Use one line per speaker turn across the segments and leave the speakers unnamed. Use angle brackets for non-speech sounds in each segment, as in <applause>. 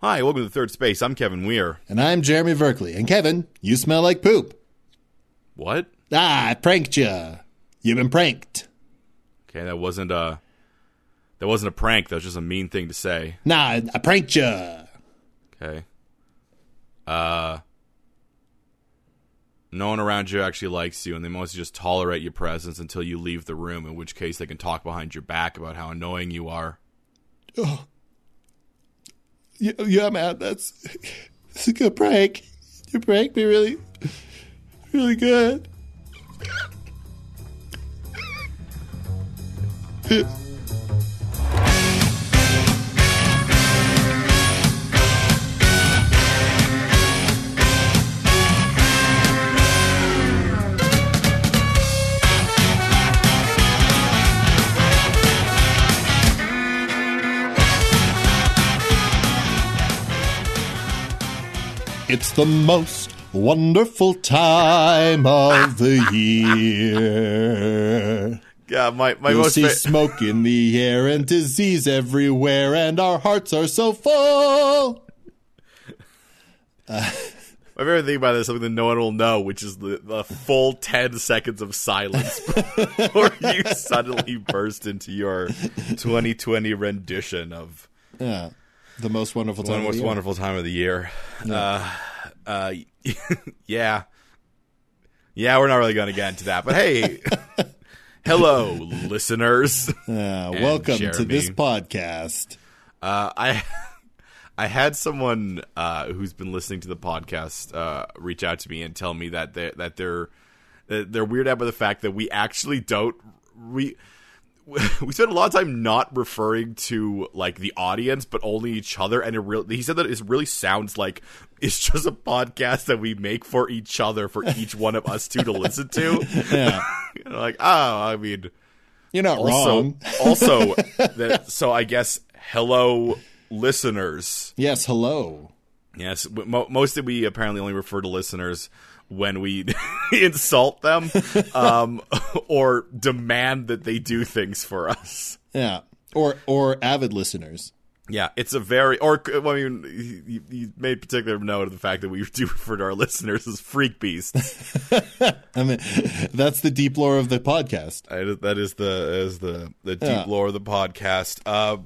Hi, welcome to Third Space. I'm Kevin Weir.
And I'm Jeremy Verkley. And Kevin, you smell like poop.
What?
Ah, I pranked ya. You've been pranked.
Okay, that wasn't a that wasn't a prank. That was just a mean thing to say.
Nah, I pranked ya.
Okay. Uh, no one around you actually likes you, and they mostly just tolerate your presence until you leave the room. In which case, they can talk behind your back about how annoying you are.
Yeah, yeah man, that's, that's a good prank. You pranked me really, really good. It's the most wonderful time of the year.
Yeah, my my
You
most
see
fa-
smoke in the air and disease everywhere, and our hearts are so full.
my favorite thing about this is something that no one will know, which is the, the full ten seconds of silence before <laughs> you suddenly burst into your 2020 rendition of
Yeah, the most wonderful
One
time. of
most
the year.
wonderful time of the year. Uh, uh, <laughs> yeah. Yeah, we're not really going to get into that. But hey, <laughs> hello, listeners.
Yeah, welcome to
Jeremy.
this podcast.
Uh, I <laughs> I had someone uh, who's been listening to the podcast uh, reach out to me and tell me that they're, that they're that they're weirded out by the fact that we actually don't we <laughs> we spend a lot of time not referring to like the audience but only each other and it really he said that it really sounds like <laughs> it's just a podcast that we make for each other for each one of us two to listen to
Yeah,
And I'm <laughs> like oh i mean
you're not
also
wrong.
<laughs> also that, so i guess hello listeners
Yes, hello.
Yes, w- mo- mostly we apparently only refer to listeners when we <laughs> insult them um, <laughs> or demand that they do things for us.
Yeah, or or avid listeners.
Yeah, it's a very or I mean, you- you, you made particular note of the fact that we do refer to our listeners as freak beasts.
I mean, <laughs> that's the deep lore of the podcast.
That is- that is the that is the the deep
Yeah.
lore of the podcast. Uh,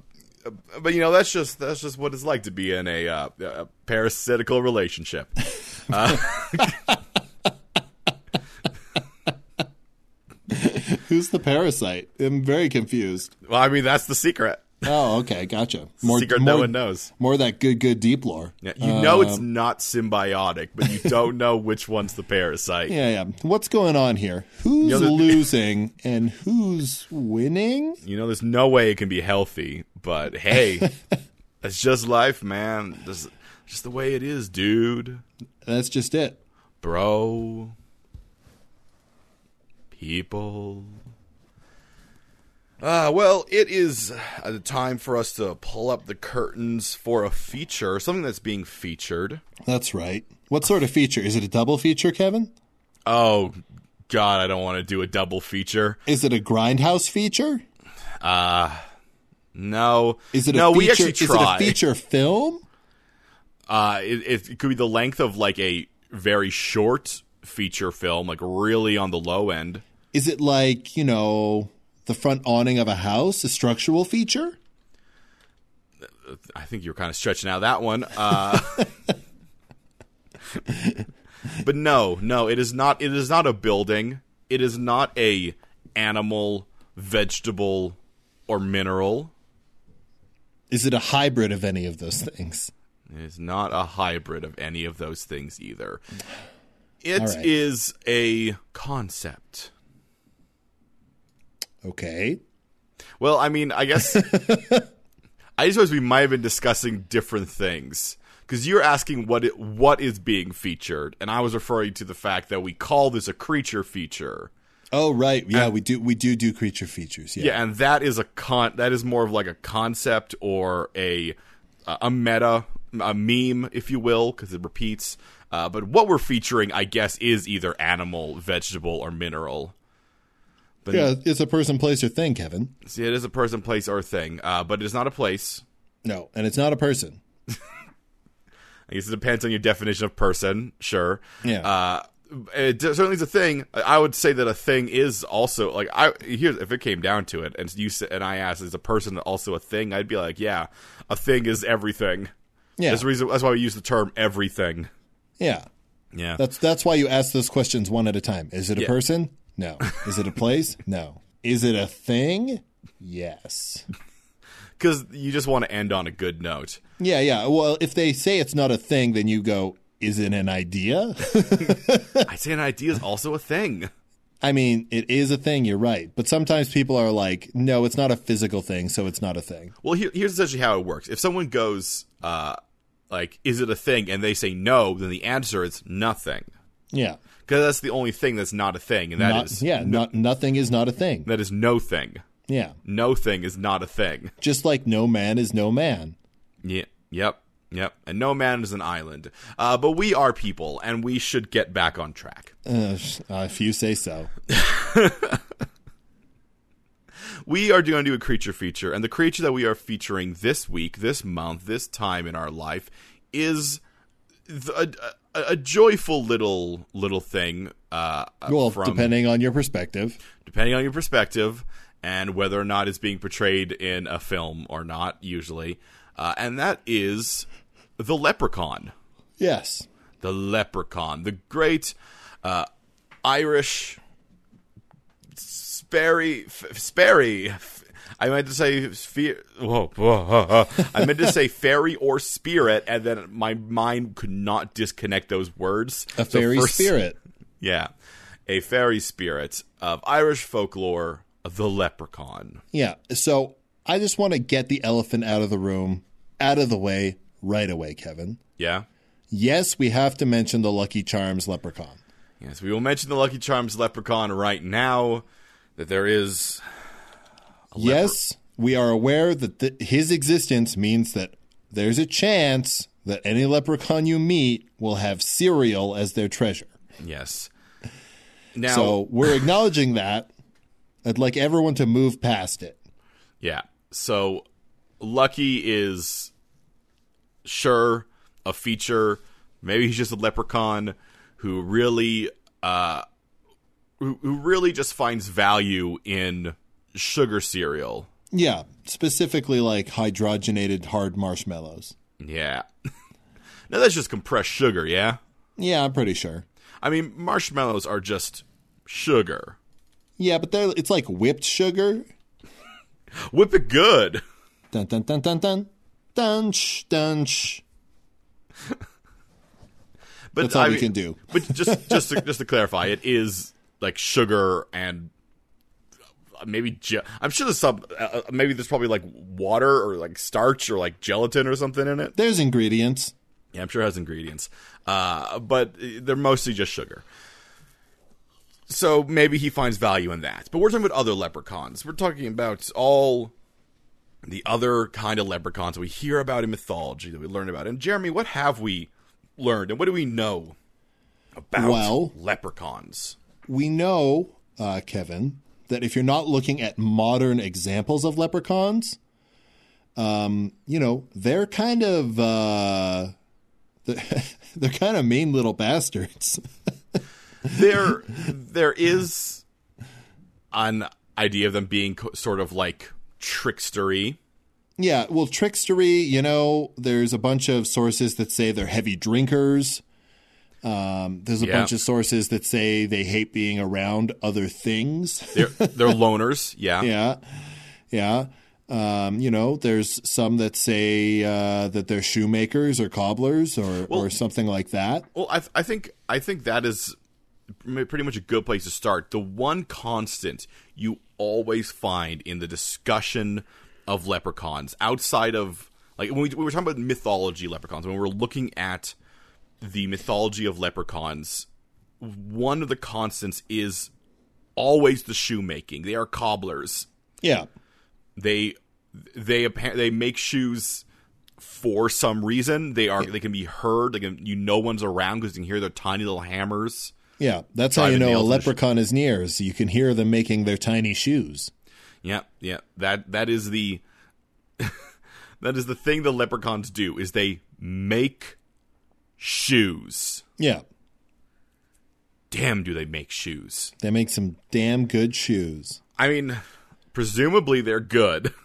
but you know that's just that's just what it's like to be in a, uh, a parasitical relationship.
Who's the parasite? I'm very confused.
Well, I mean that's the secret.
Oh, okay, gotcha. More
secret
more, Uh,
no one knows.
more of that good good deep lore.
Yeah, you know it's not symbiotic, but you don't know which one's the parasite.
Yeah, yeah. What's going on here? Who's
know, the-
losing and who's winning?
You know, there's no way it can be healthy, but
<laughs>
hey, that's just life, man. That's just the way it is, dude,
That's just it.
bro, people. Ah, well, it is uh, the time for us to pull up the curtains for a feature, something that's being featured.
That's right. What sort of feature? Is it a double feature, Kevin?
Oh, God, I don't want to do a double feature.
Is it a grindhouse feature?
No,
Is it
no?
a feature?
we actually
is it
tried.
a feature film?
Uh, it, it, it could be the length of like a very short feature film, like really on the low end.
Is it like you know the front awning of a house, a structural feature?
I think you're kind of stretching out that one. Uh, <laughs> but no, no, it is not. It is not a building. It is not a animal, vegetable, or mineral.
Is it a hybrid of any of those things?
It is not a hybrid of any of those things either. It
All
is
right.
a concept.
Okay.
Well, I mean, I guess I suppose we might have been discussing different things because you're asking what it, what is being featured, and I was referring to the fact that we call this a creature feature.
Oh right, yeah, we do we do do creature features. Yeah,
Yeah, and that is a con. That is more of like a concept or a a meta, a meme, if you will, because it repeats. Uh, but what we're featuring, I guess, is either animal, vegetable, or mineral. But
yeah. It's a person, place, or thing, Kevin.
see, it is a person, place, or thing. Uh, but it is not a place.
No, and it's not a person.
I guess it depends on your definition of person, sure.
Yeah.
Uh, it de- certainly is a thing. I- I would say that a thing is also like I here's if it came down to it, and you s- and I asked, is a person also a thing? I'd be like, yeah, a thing is everything.
Yeah.
That's the reason. That's why we use the term everything.
yeah.
Yeah.
That's that's why you ask those questions one at a time. Is it a person?
<laughs>
No. Is it a place? No. Is it a thing? Yes.
because you just want to end on a good
<laughs>
note.
Yeah, yeah. Well, if they say it's not a thing, then you go, is it an idea? <laughs>
I'd say an idea is also a thing.
I mean, it is a thing, you're right. But sometimes people are like, no, it's not a physical thing, so it's not a thing.
Well, here, here's essentially how it works. If someone goes, uh, like, is it a thing? And they say no, then the answer is nothing.
Yeah.
Because that's the only thing that's not a thing, and that is
Not- yeah, not, nothing is not a thing.
that is no thing.
Yeah.
No thing is not a thing.
Just like no man is no man.
Yeah. Yep. Yep. And no man is an island. Uh, but we are people, and we should get back on track.
Uh, sh- uh, if you say so.
We are going to do a creature feature, and the creature that we are featuring this week, this month, this time in our life is th- a, a, a joyful little little thing. Uh,
Well,
from
depending on your perspective.
depending on your perspective and whether or not it's being portrayed in a film or not, usually, uh, and that is the leprechaun.
Yes.
The leprechaun, the great uh, Irish Sperry, f- Sperry. F- I meant to say sphere. Whoa, whoa, whoa, whoa. I meant to
<laughs>
say fairy or spirit, and then my mind could not disconnect those words.
A fairy spirit.
Yeah, a fairy spirit of Irish folklore, the leprechaun.
Yeah. So I just want to get the elephant out of the room, out of the way, right away, Kevin.
Yeah.
Yes, we have to mention the Lucky Charms leprechaun.
Yes, we will mention the Lucky Charms leprechaun right now. That there is
Yes, we are aware that th- his existence means that there's a chance that any leprechaun you meet will have cereal as their treasure.
yes. Now,
So we're acknowledging that. I'd like everyone to move past it.
Yeah. So Lucky is sure a feature. Maybe he's just a leprechaun who really uh who, who really just finds value in sugar cereal.
Yeah, specifically like hydrogenated hard marshmallows.
Yeah. <laughs> now that's just compressed sugar, yeah?
Yeah, I'm pretty sure.
I mean, marshmallows are just sugar.
Yeah, but they're, it's like whipped sugar.
Whip it good.
Dun dun dun dun dun. Dunch, dunch.
But
That's all
I
we
mean-
can do.
But just just to, just to clarify, it is like sugar and uh, maybe ge- I'm sure there's some uh, uh, maybe there's probably like water or like starch or like gelatin or something in it.
There's ingredients.
Yeah, I'm sure it has ingredients, uh, but uh, they're mostly just sugar. So maybe he finds value in that. But we're talking about other leprechauns. We're talking about all the other kind of leprechauns we hear about in mythology that we learn about. And Jeremy, what have we learned and what do we know about
Well-
leprechauns?
we know, uh, Kevin, that if you're not looking at modern examples of leprechauns, um, you know they're kind of uh, <laughs> they're, they're kind of mean little bastards. <laughs>
There, there is an idea of them being co- sort of like trickstery.
yeah, well, trickstery. You know, there's a bunch of sources that say they're heavy drinkers. Um, there's a
Yeah.
bunch of sources that say they hate being around other things. <laughs>
They're they're loners. yeah.
yeah, yeah. Um, you know, there's some that say uh, that they're shoemakers or cobblers or, or something like that.
Well, I, I think I think that is m- pretty much a good place to start. The one constant you always find in the discussion of leprechauns, outside of like when we, we were talking about mythology leprechauns, when we were looking at the mythology of leprechauns, one of the constants is always the shoemaking. They are cobblers.
Yeah,
They they appa- they make shoes for some reason. They are they can be heard. They can, you know one's around because you can hear their tiny little hammers.
yeah. That's how
Driving
you know a
nails in the shoe.
leprechaun is near. Is you can hear them making their tiny shoes.
Yeah, yeah. That that is <laughs> the that is the thing the leprechauns do is they make shoes.
Yeah.
Damn, do they make shoes?
They make some damn good shoes.
I mean, presumably they're good. <laughs>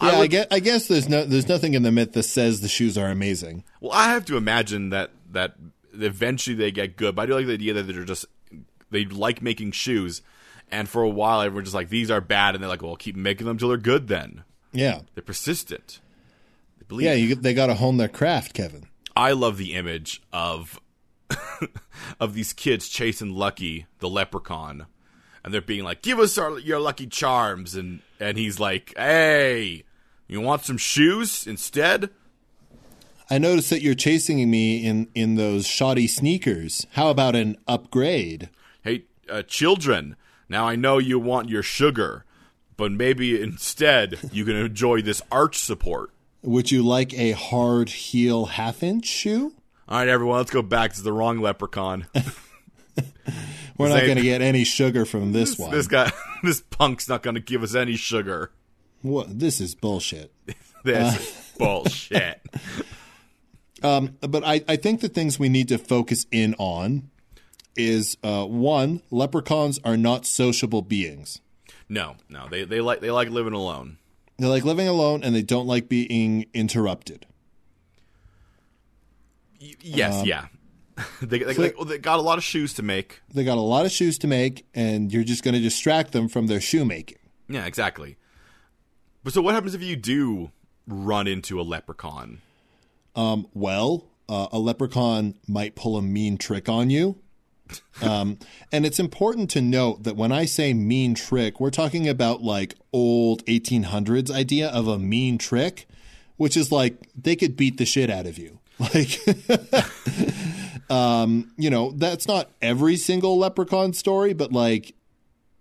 Yeah, I,
would-
guess, I guess there's no there's nothing in the myth that says the shoes are amazing.
Well, I have to imagine that that eventually they get good. But I do like the idea that they're just they like making shoes, and for a while everyone's just like these are bad, and they're like, well, keep making them till they're good. Then
Yeah.
they're persistent. They believe.
Yeah, you, they got to hone their craft, Kevin.
I love the image of <laughs> of these kids chasing Lucky the leprechaun, and they're being like, "Give us our, your lucky charms," and and he's like, "Hey, you want some shoes instead?"
I noticed that you're chasing me in in those shoddy sneakers. How about an upgrade?
Hey, uh, children, now I know you want your sugar, but maybe instead you can enjoy this arch support.
Would you like a hard heel half inch shoe?
All right, everyone, let's go back to the wrong leprechaun.
We're not
Same.
going to get any sugar from this one.
this guy, <laughs> this punk's not going to give us any sugar.
What, this is bullshit.
This is bullshit.
Um, But I, I think the things we need to focus in on is uh, one, leprechauns are not sociable beings.
No, no, they they like they like living alone.
They like living alone and they don't like being interrupted.
Y- yes, yeah. <laughs> they, they, they, they got a lot of shoes to make.
They got a lot of shoes to make, and you're just going to distract them from their shoemaking.
Yeah, exactly. But so what happens if you do run into a leprechaun?
well, uh, a leprechaun might pull a mean trick on you. Um, and it's important to note that when I say mean trick, we're talking about like old 1800s idea of a mean trick, which is like they could beat the shit out of you. <laughs> Like, um, you know, that's not every single leprechaun story, but like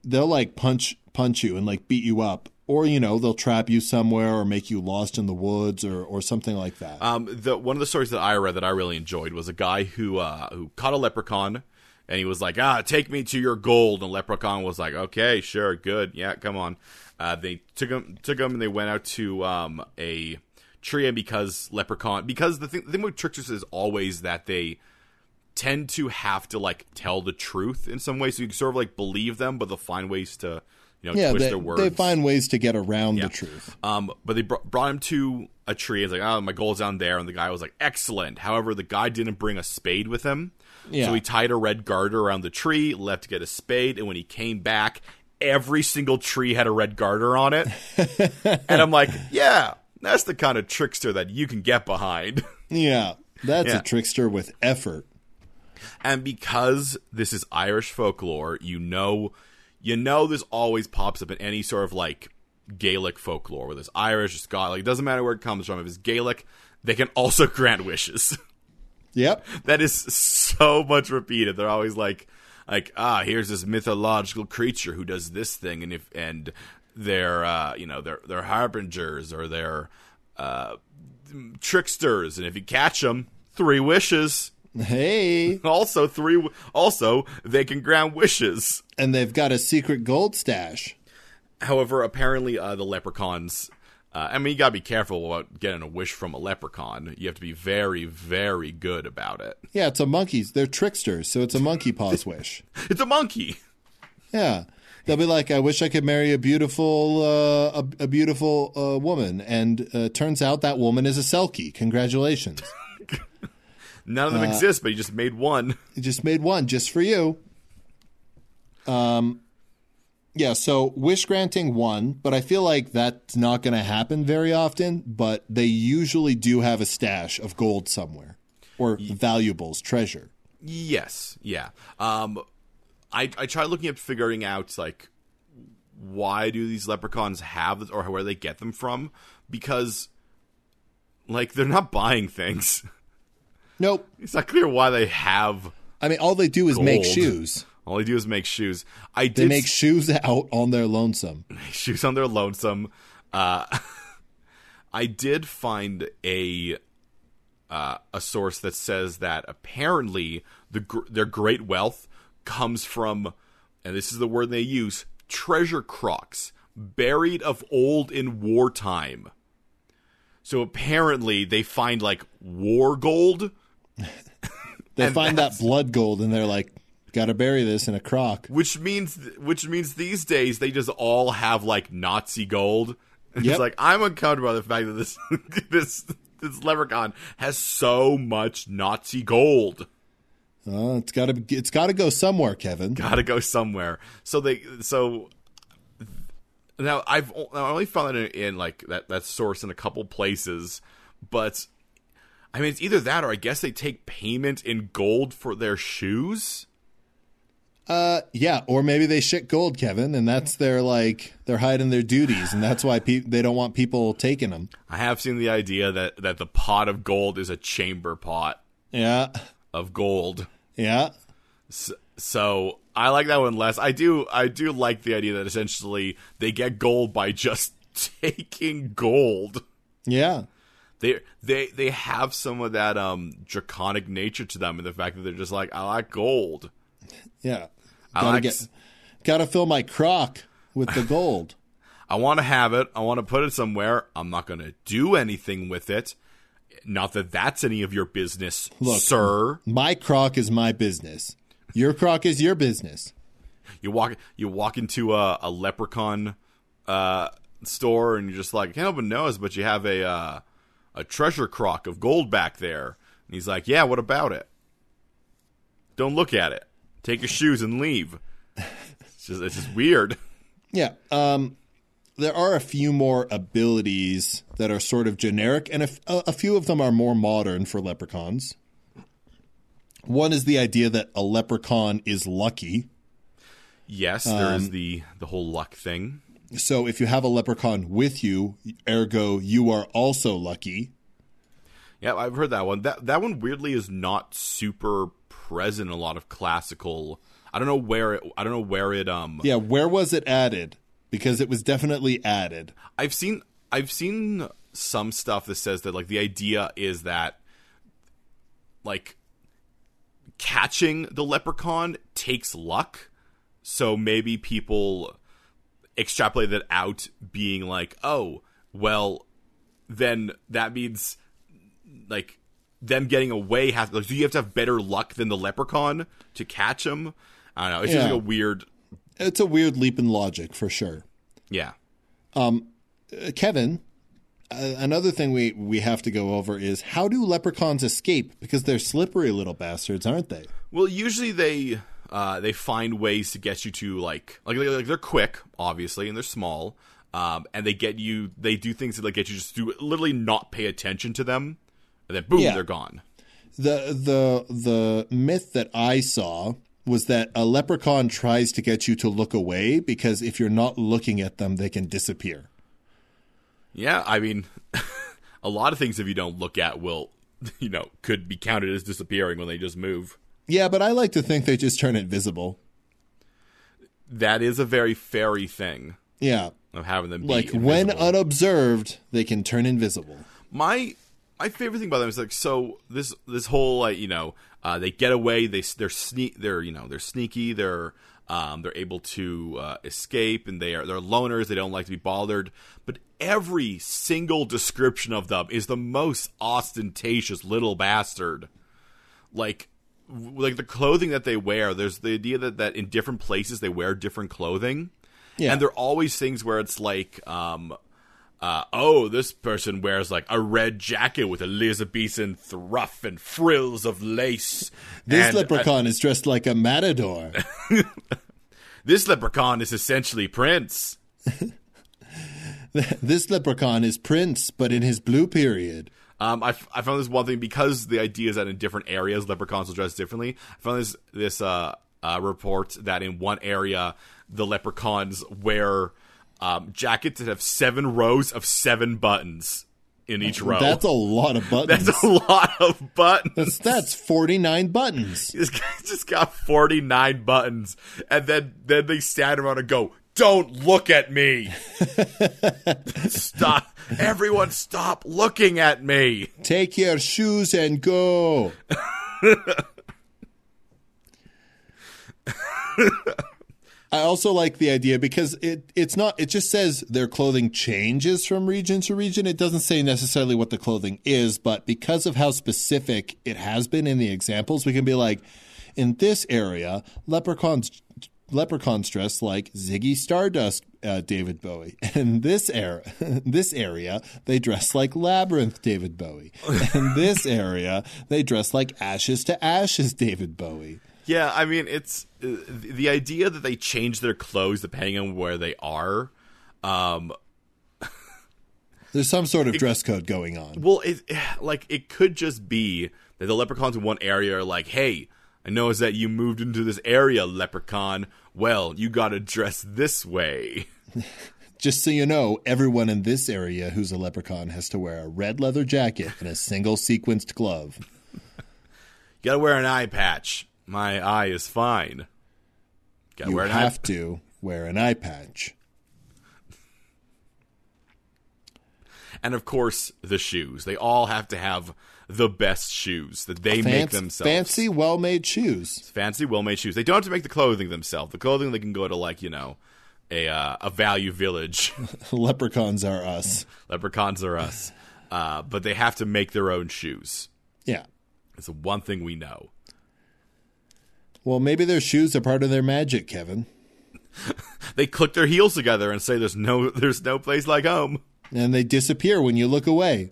they'll like punch punch you and like beat you up. Or, you know, they'll trap you somewhere or make you lost in the woods or, or something like that.
Um, the one of the stories that I read that I really enjoyed was a guy who uh, who caught a leprechaun, and he was like, "Ah, take me to your gold." And the leprechaun was like, "Okay, sure, good, yeah, come on." Uh, they took him took him and they went out to um, a tree, and because leprechaun, because the thing the thing with tricksters is always that they tend to have to like tell the truth in some way, so you can sort of like believe them, but they'll find ways to you know
yeah,
twist
they,
their words.
they find ways to get around the truth.
Um, but they br- brought him to a tree. It's like, oh, my goal's down there. And the guy was like, excellent. However, the guy didn't bring a spade with him.
Yeah.
So he tied a red garter around the tree, left to get a spade. And when he came back, every single tree had a red garter on it. and I'm like, yeah, that's the kind of trickster that you can get behind. <laughs>
Yeah, that's
Yeah.
a trickster with effort.
and because this is Irish folklore, you know, you know, this always pops up in any sort of like Gaelic folklore, whether it's Irish or Scottish. Like, it doesn't matter where it comes from. If it's Gaelic, they can also <laughs> grant wishes.
Yep.
that is so much repeated. They're always like, like ah, here's this mythological creature who does this thing, and if and they're uh, you know they're they're harbingers or they're uh, tricksters, and if you catch them, three wishes.
Hey,
<laughs> Also, three. Also, they can grant wishes.
and they've got a secret gold stash.
However, apparently, uh, the leprechauns. Uh, I mean, you gotta be careful about getting a wish from a leprechaun. You have to be very, very good about it.
Yeah, it's a monkey's. They're tricksters, so it's a monkey
<laughs>
paws wish.
It's a monkey.
Yeah. They'll be like, I wish I could marry a beautiful, uh, a, a beautiful uh, woman, and uh, turns out that woman is a selkie. Congratulations!
None of them exist, but he just made one.
It just made one just for you. Um, yeah. So wish granting one, but I feel like that's not going to happen very often. But they usually do have a stash of gold somewhere or valuables, treasure.
Yes, yeah. Um, I I tried looking up figuring out like why do these leprechauns have this or where they get them from because like they're not buying things. <laughs>
Nope.
It's not clear why they have
I mean, all they do is make
Gold.
shoes.
All they do is make shoes. I did
They make shoes out on their lonesome.
make <laughs> shoes on their lonesome. Uh, <laughs> I did find a uh, a source that says that apparently the gr- their great wealth comes from, and this is the word they use: treasure crocs buried of old in wartime. So apparently they find like war gold
They
And
find that
that's-
blood gold and they're like, gotta bury this in a crock.
which means which means these days they just all have like Nazi gold. <laughs> It's
Yep.
like I'm uncomfortable by the fact that this <laughs> this this leprechaun has so much Nazi gold.
Uh, it's gotta it's gotta go somewhere, Kevin.
Got to go somewhere. So they so now I've o- I only found it in like that that source in a couple places, but I mean it's either that or I guess they take payment in gold for their shoes.
Uh, yeah, or maybe they shit gold, Kevin, and that's their like they're hiding their duties, and that's why pe- they don't want people taking them.
I have seen the idea that that the pot of gold is a chamber pot
Yeah,
of gold.
yeah,
So I like that one less. I do I do like the idea that essentially they get gold by just <laughs> taking gold.
yeah.
They they they have some of that um draconic nature to them and the fact that they're just like, I like gold.
Yeah.
I
gotta
like
get,
s-
gotta fill my crock with the gold.
<laughs> I wanna have it, I wanna put it somewhere, I'm not gonna do anything with it. Not that that's any of your business,
Look.
sir.
my crock is my business. Your crock is your business.
You walk you walk into a, a leprechaun uh, store and you're just like, can't open nose, but you have a uh, a treasure crock of gold back there. And he's like, Yeah, what about it? Don't look at it. Take your shoes and leave. It's just it's just weird. <laughs>
Yeah. Um, there are a few more abilities that are sort of generic, and a, f- a- a few of them are more modern for leprechauns. One is the idea that a leprechaun is lucky.
Yes, there is the the whole luck thing.
So if you have a leprechaun with you, ergo, you are also lucky.
Yeah, I've heard that one. That that one weirdly is not super present in a lot of classical. I don't know where it. I don't know where it. Um,
Yeah, where was it added? Because it was definitely added.
I've seen I've seen some stuff that says that like the idea is that like catching the leprechaun takes luck. So maybe people extrapolate that out being like, "Oh, well, then that means like them getting away has like do you have to have better luck than the leprechaun to catch him?" I don't know. It's just
Yeah.
like a weird
It's a weird leap in logic for sure.
yeah.
Uh, Kevin, uh, another thing we, we have to go over is how do leprechauns escape? Because they're slippery little bastards, aren't they?
Well, usually they uh, they find ways to get you to like like like they're quick, obviously, and they're small, um, and they get you. They do things that like get you just to literally not pay attention to them, and then boom,
Yeah.
they're gone.
The the the myth that I saw was that a leprechaun tries to get you to look away because if you're not looking at them, they can disappear.
Yeah, I mean, <laughs> a lot of things if you don't look at will <laughs> you know could be counted as disappearing when they just move.
Yeah, but I like to think they just turn invisible.
That is a very fairy thing
Yeah,
of having them be
like when
invisible.
unobserved, they can turn invisible.
my my favorite thing about them is like so this this whole like you know uh, they get away they s- they're sneak they're you know they're sneaky they're um, they're able to uh, escape and they are they're loners they don't like to be bothered but every single description of them is the most ostentatious little bastard like w- like the clothing that they wear there's the idea that, that in different places they wear different clothing
Yeah.
and they're always things where it's like um uh, oh this person wears like a red jacket with elizabethan thruff and frills of lace
This
And, uh,
leprechaun is dressed like
<laughs>
a matador.
this leprechaun is essentially prince
this leprechaun is Prince, but in his blue period.
um, I, f- I found this one thing because the idea is that in different areas leprechauns will dress differently. I found this this uh, uh, report that in one area the leprechauns wear um, jackets that have seven rows of seven buttons in each row.
That's a lot of
<laughs>
buttons.
That's a lot of buttons.
That's, that's 49 buttons.
This guy's <laughs> just got forty nine buttons, and then then they stand around and go, "Don't look at me! stop! Everyone, stop looking at me!"
Take your shoes and go. I also like the idea because it it's not it just says their clothing changes from region to region. It doesn't say necessarily what the clothing is, but because of how specific it has been in the examples, we can be like, in this area, leprechauns leprechauns dress like Ziggy Stardust, uh, David Bowie. <laughs> In this era, <laughs> this area, they dress like Labyrinth, David Bowie. In this area, they dress like Ashes to Ashes, David Bowie.
Yeah, I mean, it's uh, the the idea that they change their clothes depending on where they are. Um,
There's some sort of dress code going on.
well, it <sighs> like it could just be that the leprechauns in one area are like, "Hey, I noticed that you moved into this area, leprechaun. Well, you got to dress this way."
Just so you know, everyone in this area who's a leprechaun has to wear a red leather jacket and a single sequenced glove.
You got to wear an eye patch. My eye is fine. Got to
You
wear an eye.
have to wear an eye patch.
and of course, the shoes. They all have to have the best shoes that they make
Fancy-
themselves.
Fancy, well made shoes. <laughs>
fancy, well-made shoes. They don't have to make the clothing themselves. The clothing they can go to like you know a uh, a value village. <laughs>
Leprechauns are us.
Leprechauns are us, uh, but they have to make their own shoes.
Yeah.
It's the one thing we know.
Well, maybe their shoes are part of their magic, Kevin.
They click their heels together and say, "There's no, <laughs> there's no place like home."
And they disappear when you look away.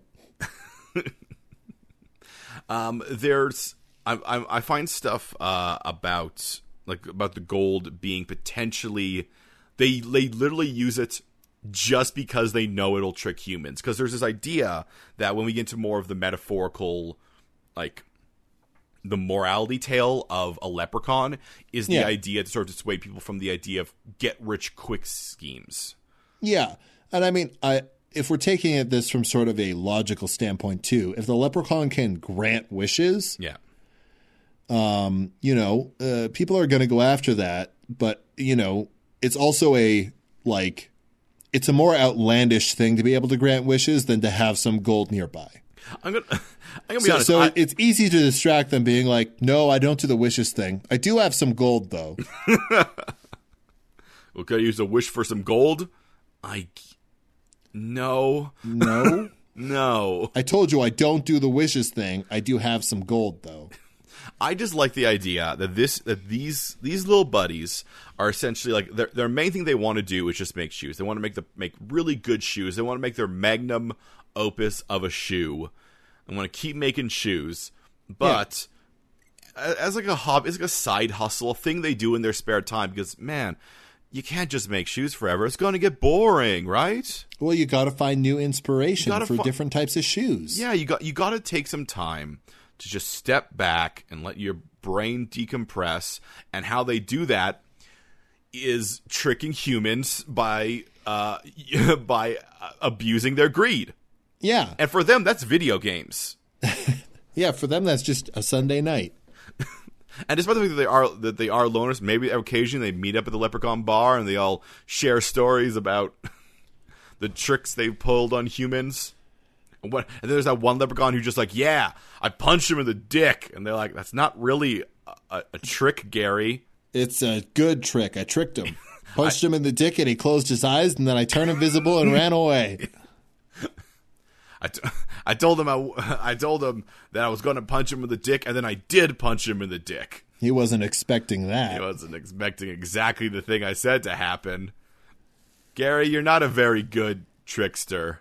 Um, there's I, I, I find stuff uh, about like about the gold being potentially they they literally use it just because they know it'll trick humans because there's this idea that when we get into more of the metaphorical like the morality tale of a leprechaun is the
Yeah.
idea to sort of dissuade people from the idea of get rich quick schemes
Yeah. And I mean, I if we're taking it this from sort of a logical standpoint too, if the leprechaun can grant wishes,
yeah
you know, uh, people are going to go after that, but you know, it's also a like it's a more outlandish thing to be able to grant wishes than to have some gold nearby.
i'm gonna <laughs> i'm gonna be
So,
honest
so
I-
it's easy to distract them being like, "No, I don't do the wishes thing. I do have some
<laughs>
gold though."
Well, could I use a wish for some gold? I. No.
no.
<laughs> No.
I told you I don't do the wishes thing. I do have some gold though.
I just like the idea that this that these these little buddies are essentially like their their main thing they want to do is just make shoes. They want to make the make really good shoes. They want to make their magnum opus of a shoe. I want to keep making shoes, but a- as like a hobby, it's like a side hustle, a thing they do in their spare time. Because man, you can't just make shoes forever. It's going to get boring, right?
Well, you got to find new inspiration
gotta
for
fi-
different types of shoes.
Yeah, you got you got to take some time to just step back and let your brain decompress. And how they do that is tricking humans by uh, <laughs> by uh, abusing their greed.
Yeah.
And for them, that's video games.
Yeah, for them that's just a Sunday night.
And despite the fact that they are that they are loners, maybe occasionally they meet up at the Leprechaun bar and they all share stories about <laughs> the tricks they've pulled on humans. And what? And then there's that one Leprechaun who just like, yeah, I punched him in the dick, and they're like, that's not really a, a, a trick, Gary.
It's a good trick. I tricked him. Punched him in the dick and he closed his eyes and then I turned invisible and ran away.
I, t- <laughs> I told him <laughs> I, I told him that I was going to punch him in the dick, and then I did punch him in the dick.
He wasn't expecting
I
that.
wasn't expecting exactly the thing I said to happen. Gary, you're not a very good trickster.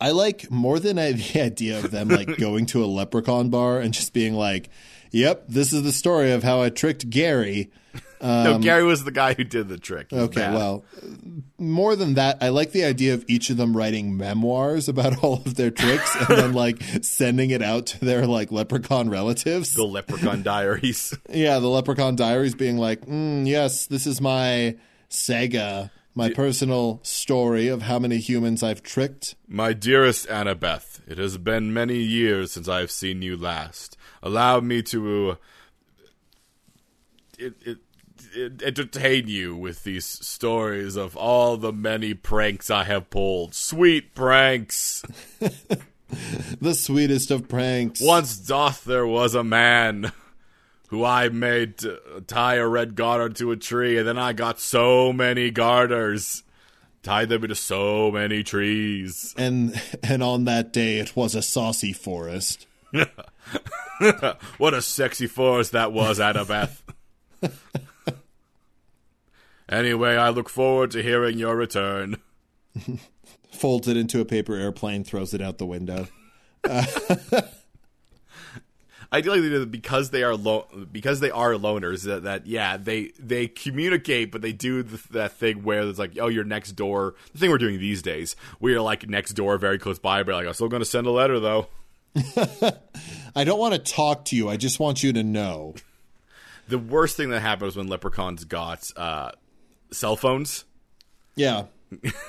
I like more than I, <laughs> the idea of them like going to a leprechaun bar and just being like, "Yep, this is the story of how I tricked Gary."
No, Gary was the guy who did the trick. He's
Okay,
bad.
well, more than that, I like the idea of each of them writing memoirs about <laughs> all of their tricks and then like sending it out to their like leprechaun relatives.
the Leprechaun Diaries.
Yeah, the Leprechaun Diaries being like, mm, yes, this is my Sega, my personal story of how many humans I've tricked.
<laughs> My dearest Annabeth, it has been many years since I have seen you last. Allow me to uh, it, it, it, entertain you with these stories of all the many pranks I have pulled. Sweet pranks.
The sweetest of pranks.
Once doth there was a man who I made to tie a red garter to a tree, and then I got so many garters, tied them into so many trees.
And and on that day it was a saucy forest.
what a sexy forest that was, Annabeth. anyway, I look forward to hearing your return.
Folds it into a paper airplane, throws it out the window.
I do like the idea that because they are lo- because they are loners that, that yeah they they communicate but they do th- that thing where it's like oh you're next door the thing we're doing these days we are like next door very close by but like I'm still gonna send a letter though
I don't want to talk to you. I just want you to know.
the worst thing that happened was when leprechauns got uh, cell phones <laughs>
Yeah.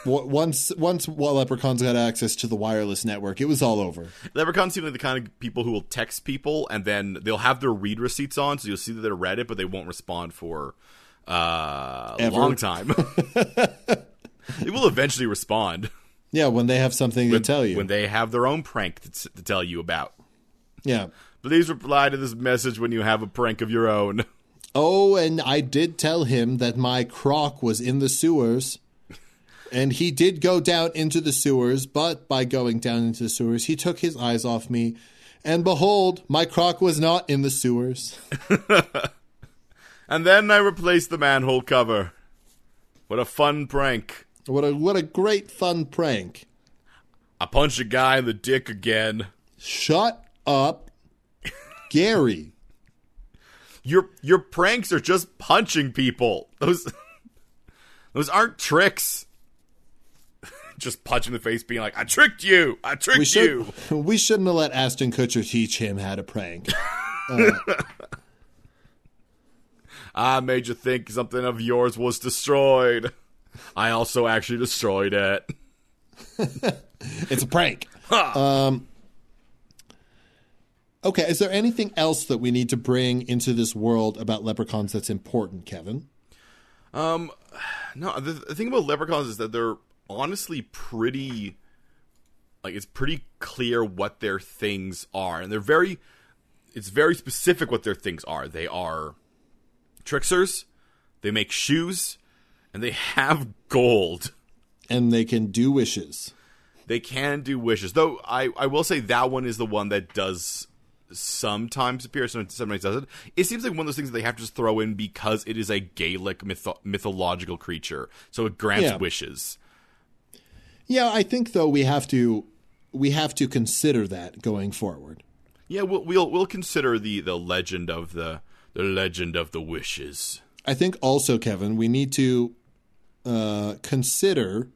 W- once once while leprechauns got access to the wireless network, it was all over.
leprechauns seem like the kind of people who will text people and then they'll have their read receipts on so you'll see that they're read it but they won't respond for uh, a
Ever.
long time <laughs> they will eventually respond.
Yeah, when they have something to tell you.
when they have their own prank to, to tell you about.
yeah.
Please reply to this message when you have a prank of your own. <laughs>
Oh, and I did tell him that my croc was in the sewers. And he did go down into the sewers, but by going down into the sewers, he took his eyes off me. And behold, my croc was not in the sewers.
And then I replace the manhole cover. What a fun prank.
What a what a great fun prank.
I punch a guy in the dick again.
Shut up, Gary.
Your your pranks are just punching people. <laughs> Those those aren't tricks. <laughs> just punching the face being like, "I tricked you. I tricked
We
you."
should <laughs> we shouldn't have let Ashton Kutcher teach him how to prank.
I made you think something of yours was destroyed. <laughs> I also actually destroyed it.
It's a prank. um, okay, is there anything else that we need to bring into this world about leprechauns that's important, Kevin?
No, the, the thing about leprechauns is that they're honestly pretty. Like it's pretty clear what their things are, and they're very. It's very specific what their things are. They are tricksters. They make shoes, and they <laughs> have gold.
And they can do wishes.
They can do wishes, though. I I will say that one is the one that does sometimes appear, sometimes sometimes doesn't. It seems like one of those things that they have to just throw in because it is a Gaelic mytho- mythological creature, so it grants
Yeah.
wishes.
Yeah, I think though we have to we have to consider that going forward.
Yeah, we'll we'll, we'll consider the, the legend of the the legend of the wishes.
I think also, Kevin, we need to uh, consider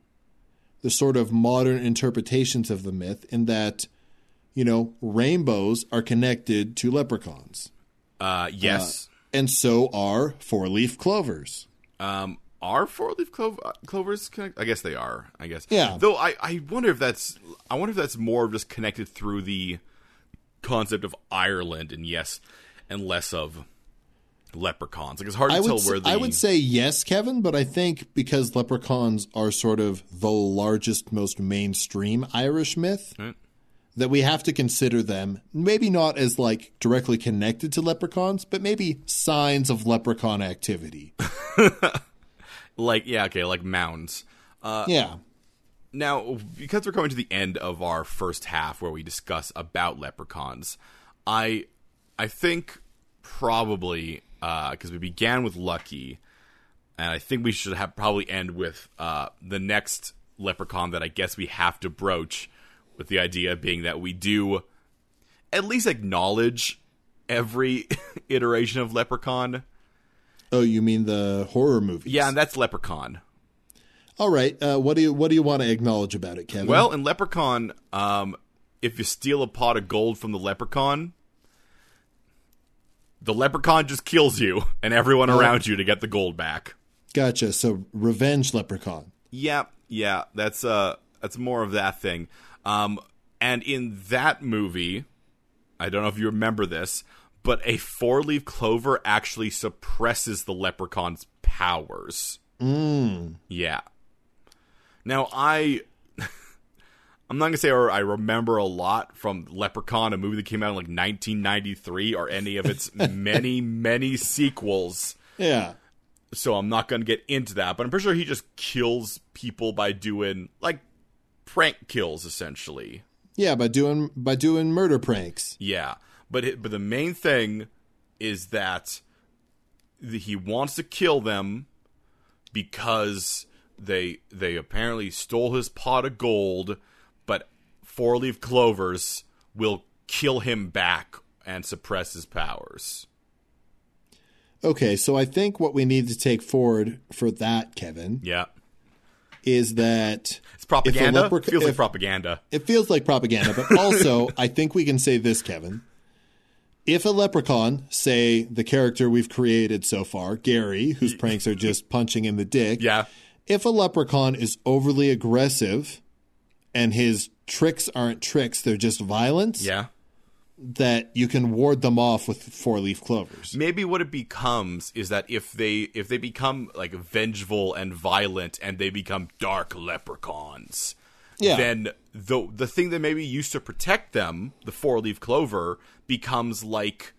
the sort of modern interpretations of the myth in that, you know, rainbows are connected to leprechauns,
Uh, yes.
and so are four leaf clovers.
um, are four leaf clov- uh, clovers connected? I guess they are. I guess.
Yeah.
Though I, I wonder if that's I wonder if that's more of just connected through the concept of Ireland and yes, and less of leprechauns. Like it's hard to
I
tell
would, s-
where the
I would say yes, Kevin, but I think because leprechauns are sort of the largest, most mainstream Irish myth,
Right.
that we have to consider them maybe not as like directly connected to leprechauns, but maybe signs of leprechaun activity.
like yeah okay like mounds. Uh,
yeah.
Now, because we're coming to the end of our first half where we discuss about leprechauns, I I think probably because we began with Lucky, and I think we should have probably end with uh, the next leprechaun that I guess we have to broach, with the idea being that we do at least acknowledge every <laughs> iteration of leprechaun.
Oh, you mean the horror movies?
Yeah, and that's leprechaun.
All right. Uh, what do you What do you want to acknowledge about it, Kevin?
Well, in Leprechaun, um, if you steal a pot of gold from the leprechaun, the leprechaun just kills you and everyone around you to get the gold back.
gotcha. So, revenge leprechaun.
Yeah, yeah, that's uh that's more of that thing. Um and in that movie, I don't know if you remember this, but a four-leaf clover actually suppresses the leprechaun's powers. Mm. Yeah. Now I <laughs> I'm not gonna say I remember a lot from Leprechaun, a movie that came out in like 1993, or any of its many, many sequels.
Yeah.
So I'm not gonna get into that. But I'm pretty sure he just kills people by doing like prank kills, essentially.
Yeah, by doing by doing murder pranks.
Yeah, but it, but the main thing is that the, he wants to kill them because they they apparently stole his pot of gold, but four leaf clovers will kill him back and suppress his powers.
Okay, so I think what we need to take forward for that, Kevin,
Yeah,
is that
it's propaganda.
leprecha-
Feels like
if-
propaganda.
it feels like propaganda,
<laughs>
but also I think we can say this, Kevin. If a leprechaun, say the character we've created so far, Gary, whose pranks are just punching in the dick,
Yeah,
if a leprechaun is overly aggressive and his tricks aren't tricks, they're just violence,
yeah.
that you can ward them off with four leaf clovers.
Maybe what it becomes is that if they if they become like vengeful and violent and they become dark leprechauns,
Yeah.
then the the thing that maybe used to protect them, the four leaf clover, becomes like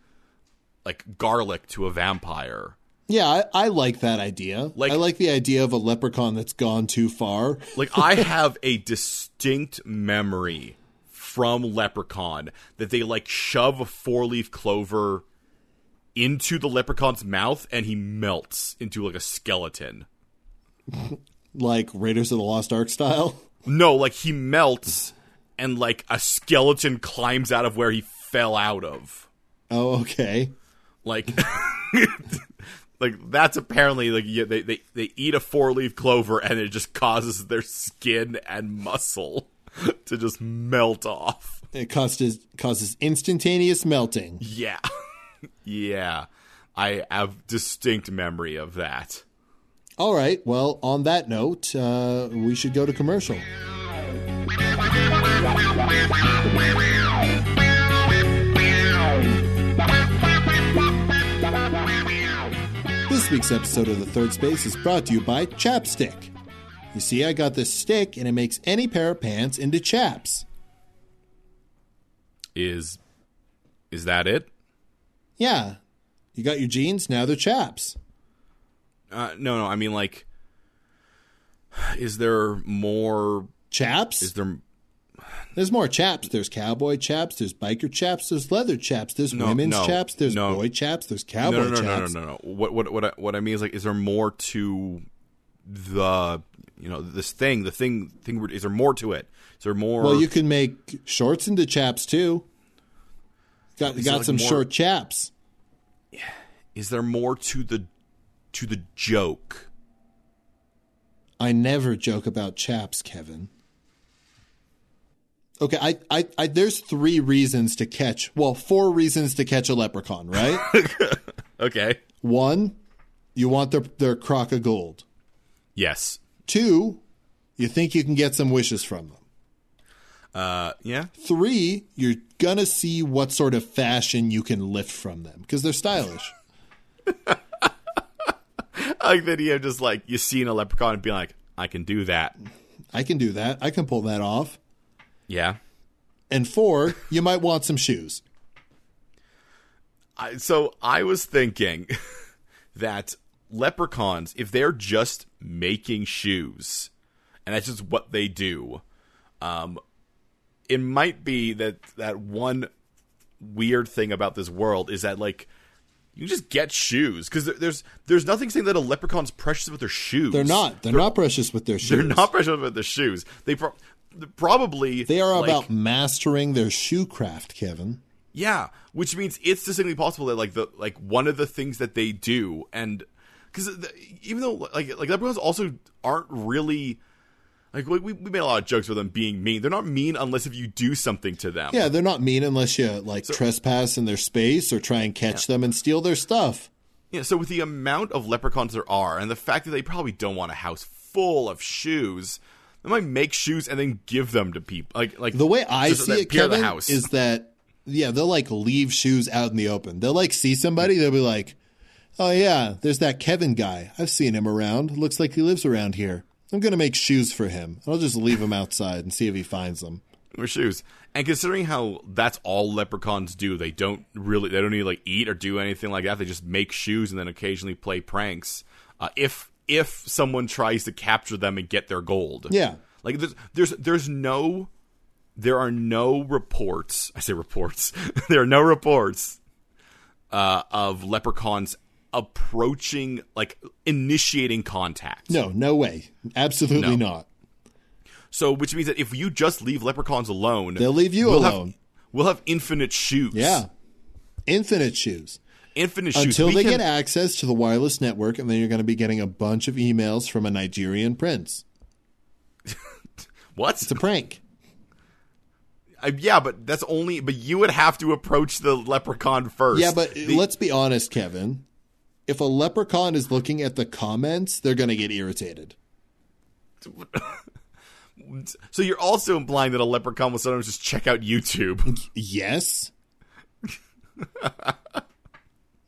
like garlic to a vampire.
Yeah, I, I like that idea.
Like-
I like the idea of a leprechaun that's gone too far.
Like I have a distinct memory from Leprechaun that they like shove a four leaf clover into the leprechaun's mouth and he melts into like a skeleton.
Like Raiders of the Lost Ark style. <laughs>
No, like he melts and like a skeleton climbs out of where he fell out of.
Oh, okay.
Like <laughs> like that's apparently like yeah, they they they eat a four-leaf clover and it just causes their skin and muscle <laughs> to just melt off.
It causes causes instantaneous melting.
Yeah. <laughs> yeah. I have distinct memory of that.
All right. Well, on that note, uh, we should go to commercial. This week's episode of The Third Space is brought to you by Chapstick. You see, I got this stick and it makes any pair of pants into chaps.
Is is that it?
Yeah. You got your jeans, now they're chaps.
Uh, no, no. I mean like <sighs> is there more
Chaps?
is there
There's more chaps. There's cowboy chaps. There's biker chaps. There's leather chaps. There's
No,
women's
no,
chaps. There's
no.
boy chaps. There's
no,
cowboy
no, no,
chaps.
no, no, no, no. What, what, what, I, what I mean is like, is there more to the, you know, this thing, the thing, thing? we're- Is there more to it? Is there more?
Well, you can make shorts into chaps too. Got
there,
got
like,
some
more-
short chaps.
is there more to the, to the joke?
I never joke about chaps, Kevin. Okay, I, I, I there's three reasons to catch. Well, four reasons to catch a leprechaun, right?
<laughs> Okay.
One, you want their their crock of gold.
Yes.
Two, you think you can get some wishes from them.
Uh. Yeah.
Three, you're gonna see what sort of fashion you can lift from them because they're stylish.
I like that. You just like you seeing a leprechaun and being like, I can do that.
I can do that. I can pull that off.
Yeah.
And four, you might want some shoes.
I, so I was thinking <laughs> that leprechauns, if they're just making shoes, and that's just what they do, um, it might be that that one weird thing about this world is that like you just get shoes because there, there's there's nothing saying that a leprechaun's precious with their shoes.
They're not. They're, not precious with their shoes.
They're not precious with their shoes. They pro- probably
They are
like,
about mastering their shoe craft, Kevin.
Yeah, which means it's distinctly possible that like the like one of the things that they do, and because even though like like leprechauns also aren't really like we we we made a lot of jokes with them being mean. They're not mean unless if you do something to them.
Yeah, they're not mean unless you like trespass in their space or try and catch them and steal their stuff.
Yeah, so with the amount of leprechauns there are, and the fact that they probably don't want a house full of shoes, they might make shoes and then give them to people. Like like
The way I
just so
see
they
it,
appear at
Kevin,
the house.
is that yeah, they'll like leave shoes out in the open. They'll like see somebody, they'll be like, "Oh yeah, there's that Kevin guy. I've seen him around. Looks like he lives around here. I'm going to make shoes for him. I'll just leave him outside and see if he finds them.
or shoes. And considering how that's all leprechauns do, they don't really they don't need like eat or do anything like that. They just make shoes and then occasionally play pranks. Uh, if if someone tries to capture them and get their gold,
Yeah.
like there's there's there's no there are no reports. I say reports. <laughs> there are no reports uh, of leprechauns approaching like initiating contact.
No, no way. Absolutely not.
So which means that if you just leave leprechauns alone,
They'll leave you
we'll
alone.
Have, we'll have infinite shoes.
yeah. Infinite shoes.
infinite shoes
Until
We
they
can-
get access to the wireless network, and then you're going to be getting a bunch of emails from a Nigerian prince.
what?
It's a prank.
Uh, yeah, but that's only. But you would have to approach the leprechaun first.
Yeah, but
The-
let's be honest, Kevin. If a leprechaun is looking at the comments, they're going to get irritated.
so you're also implying that a leprechaun will sometimes just check out YouTube.
<laughs> Yes.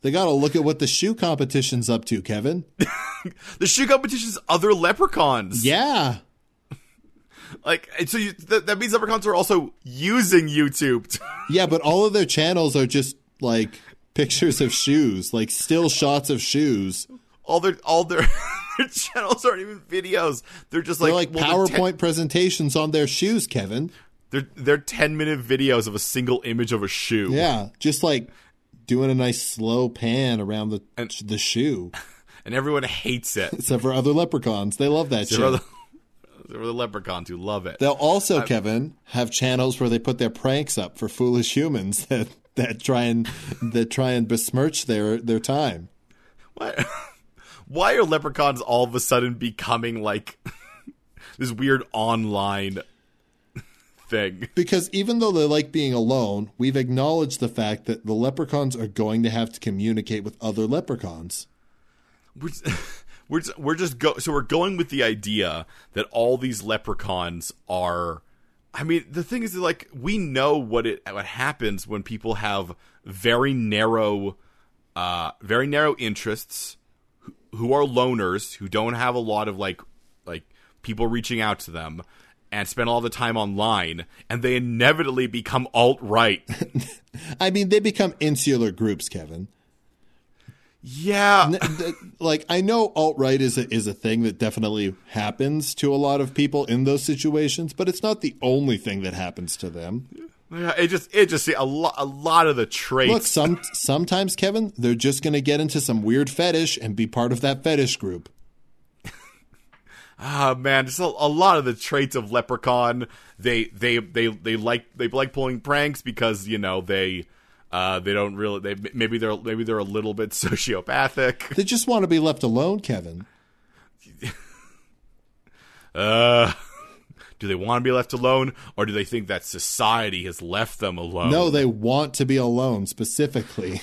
they got to look at what the shoe competition's up to,
<laughs>
Kevin.
the shoe competition's other leprechauns.
Yeah.
Like, and so you, th- that means leprechauns are also using YouTube. to- <laughs>
Yeah, but all of their channels are just like pictures of shoes, like still shots of shoes.
all their all their, <laughs> their channels aren't even videos. They're just like
They're like
well, they're ten-
PowerPoint presentations on their shoes, Kevin.
They're they're ten minute videos of a single image of a shoe.
Yeah, just like doing a nice slow pan around the the shoe.
and everyone hates it.
Except for other leprechauns, they love that shit.
there, are the, there are the <laughs> leprechauns who love it.
They'll also, Kevin, have channels where they put their pranks up for foolish humans <laughs> that, that try and that try and besmirch their their time.
What? <laughs> Why are leprechauns all of a sudden becoming like <laughs> this weird online <laughs> thing?
Because even though they like being alone, we've acknowledged the fact that the leprechauns are going to have to communicate with other leprechauns.
We're just, <laughs> we're just, we're just go so we're going with the idea that all these leprechauns are. I mean, the thing is, that, like, we know what it what happens when people have very narrow, uh, very narrow interests, who, who are loners, who don't have a lot of like, like people reaching out to them, and spend all the time online, and they inevitably become alt right.
I mean, they become insular groups, Kevin.
yeah,
Th- like I know alt right is a, is a thing that definitely happens to a lot of people in those situations, but it's not the only thing that happens to them.
Yeah, it just it just a lot a lot of the traits.
Look, some sometimes Kevin, they're just going to get into some weird fetish and be part of that fetish group.
Ah man, just a, a lot of the traits of Leprechaun. They they they they like they like pulling pranks because you know they uh they don't really they maybe they're maybe they're a little bit <laughs> sociopathic.
They just want to be left alone, Kevin.
Uh do they want to be left alone or do they think that society has left them alone?
No, they want to be alone specifically.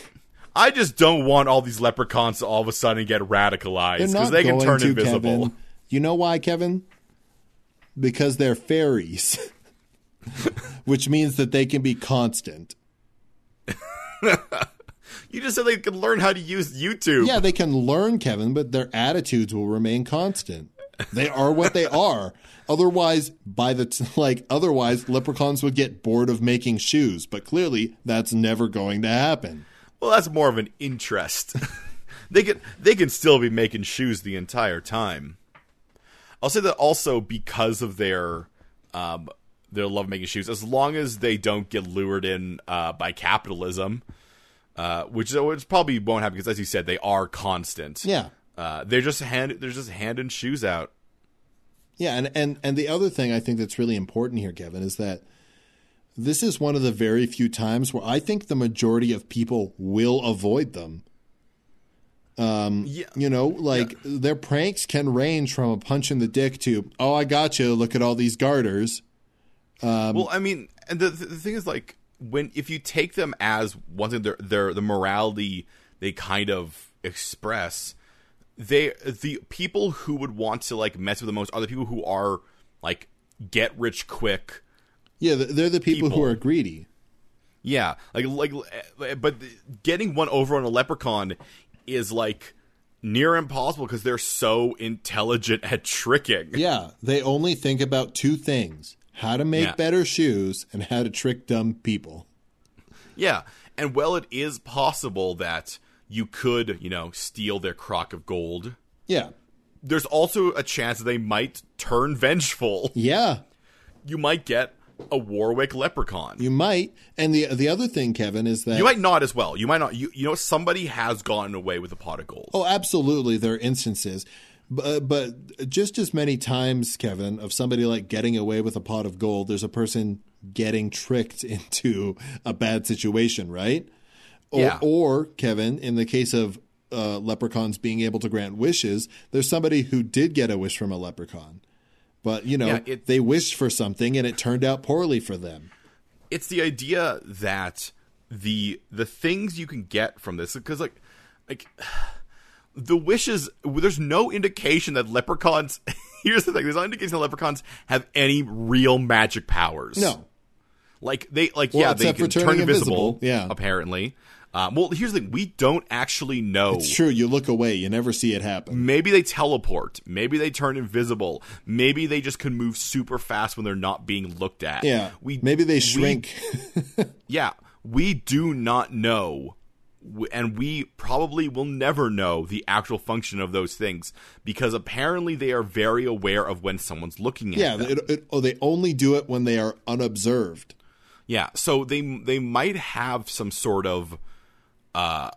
I just don't want all these leprechauns to all of a sudden get radicalized
They're
because
not
they can
going
turn
to,
invisible.
Kevin. You know why, Kevin? Because they're fairies, <laughs> which means that they can be constant.
You just said they can learn how to use YouTube.
Yeah, they can learn, Kevin, but their attitudes will remain constant. They are what they are. Otherwise, by the t- like, otherwise, leprechauns would get bored of making shoes. But clearly, that's never going to happen.
Well, that's more of an interest. <laughs> they can they can still be making shoes the entire time. I'll say that also because of their um, their love making shoes, as long as they don't get lured in uh, by capitalism, uh, which which probably won't happen because, as you said, they are constant.
Yeah,
uh, they're just hand they're just handing shoes out.
yeah, and and and the other thing I think that's really important here, Kevin, is that this is one of the very few times where I think the majority of people will avoid them.
Yeah,
You know, like their pranks can range from a punch in the dick to "Oh, I got you! Look at all these garters."
well, I mean, and the, the thing is, like, when if you take them as one thing, their their the morality they kind of express, they the people who would want to like mess with the most are the people who are like get rich quick.
Yeah, th- they're the people, who
People.
are greedy.
Yeah, like like, eh, but the- getting one over on a leprechaun is like near impossible because they're so intelligent at tricking.
Yeah, they only think about two things how to make
Yeah.
better shoes and how to trick dumb people.
Yeah. And well, it is possible that you could, you know, steal their crock of gold.
Yeah.
There's also a chance that they might turn <laughs> vengeful.
Yeah,
You might get a Warwick leprechaun.
you might. And the the other thing, Kevin, is that
You might not as well. You might not. You, you know, somebody has gotten away with a pot of gold.
Oh, absolutely. There are instances. But, but just as many times, Kevin, of somebody like getting away with a pot of gold, there's a person getting tricked <laughs> into a bad situation, right? Or,
Yeah.
or Kevin, in the case of uh, leprechauns being able to grant wishes, there's somebody who did get a wish from a leprechaun. But, you know,
Yeah, it-
they wished for something and it turned out poorly for them.
It's the idea that the the things you can get from this because like like <sighs> the wishes. There's no indication that leprechauns. <laughs> Here's the thing: there's no indication that leprechauns have any real magic powers.
No.
Like they like
Well,
yeah, they
except for
can turn
turning
invisible.
invisible, yeah.
apparently. Um, well, here's the thing: we don't actually know.
It's true. You look away, you never see it happen.
Maybe they teleport. Maybe they turn invisible. Maybe they just can move super fast when they're not being looked at.
Yeah.
we
Maybe they shrink.
yeah, we do not know, w- and we probably will never know the actual function of those things because apparently they are very aware of when someone's looking at
Yeah,
them.
it, it, oh, they only do it when they are unobserved.
Yeah, so they they might have some sort of uh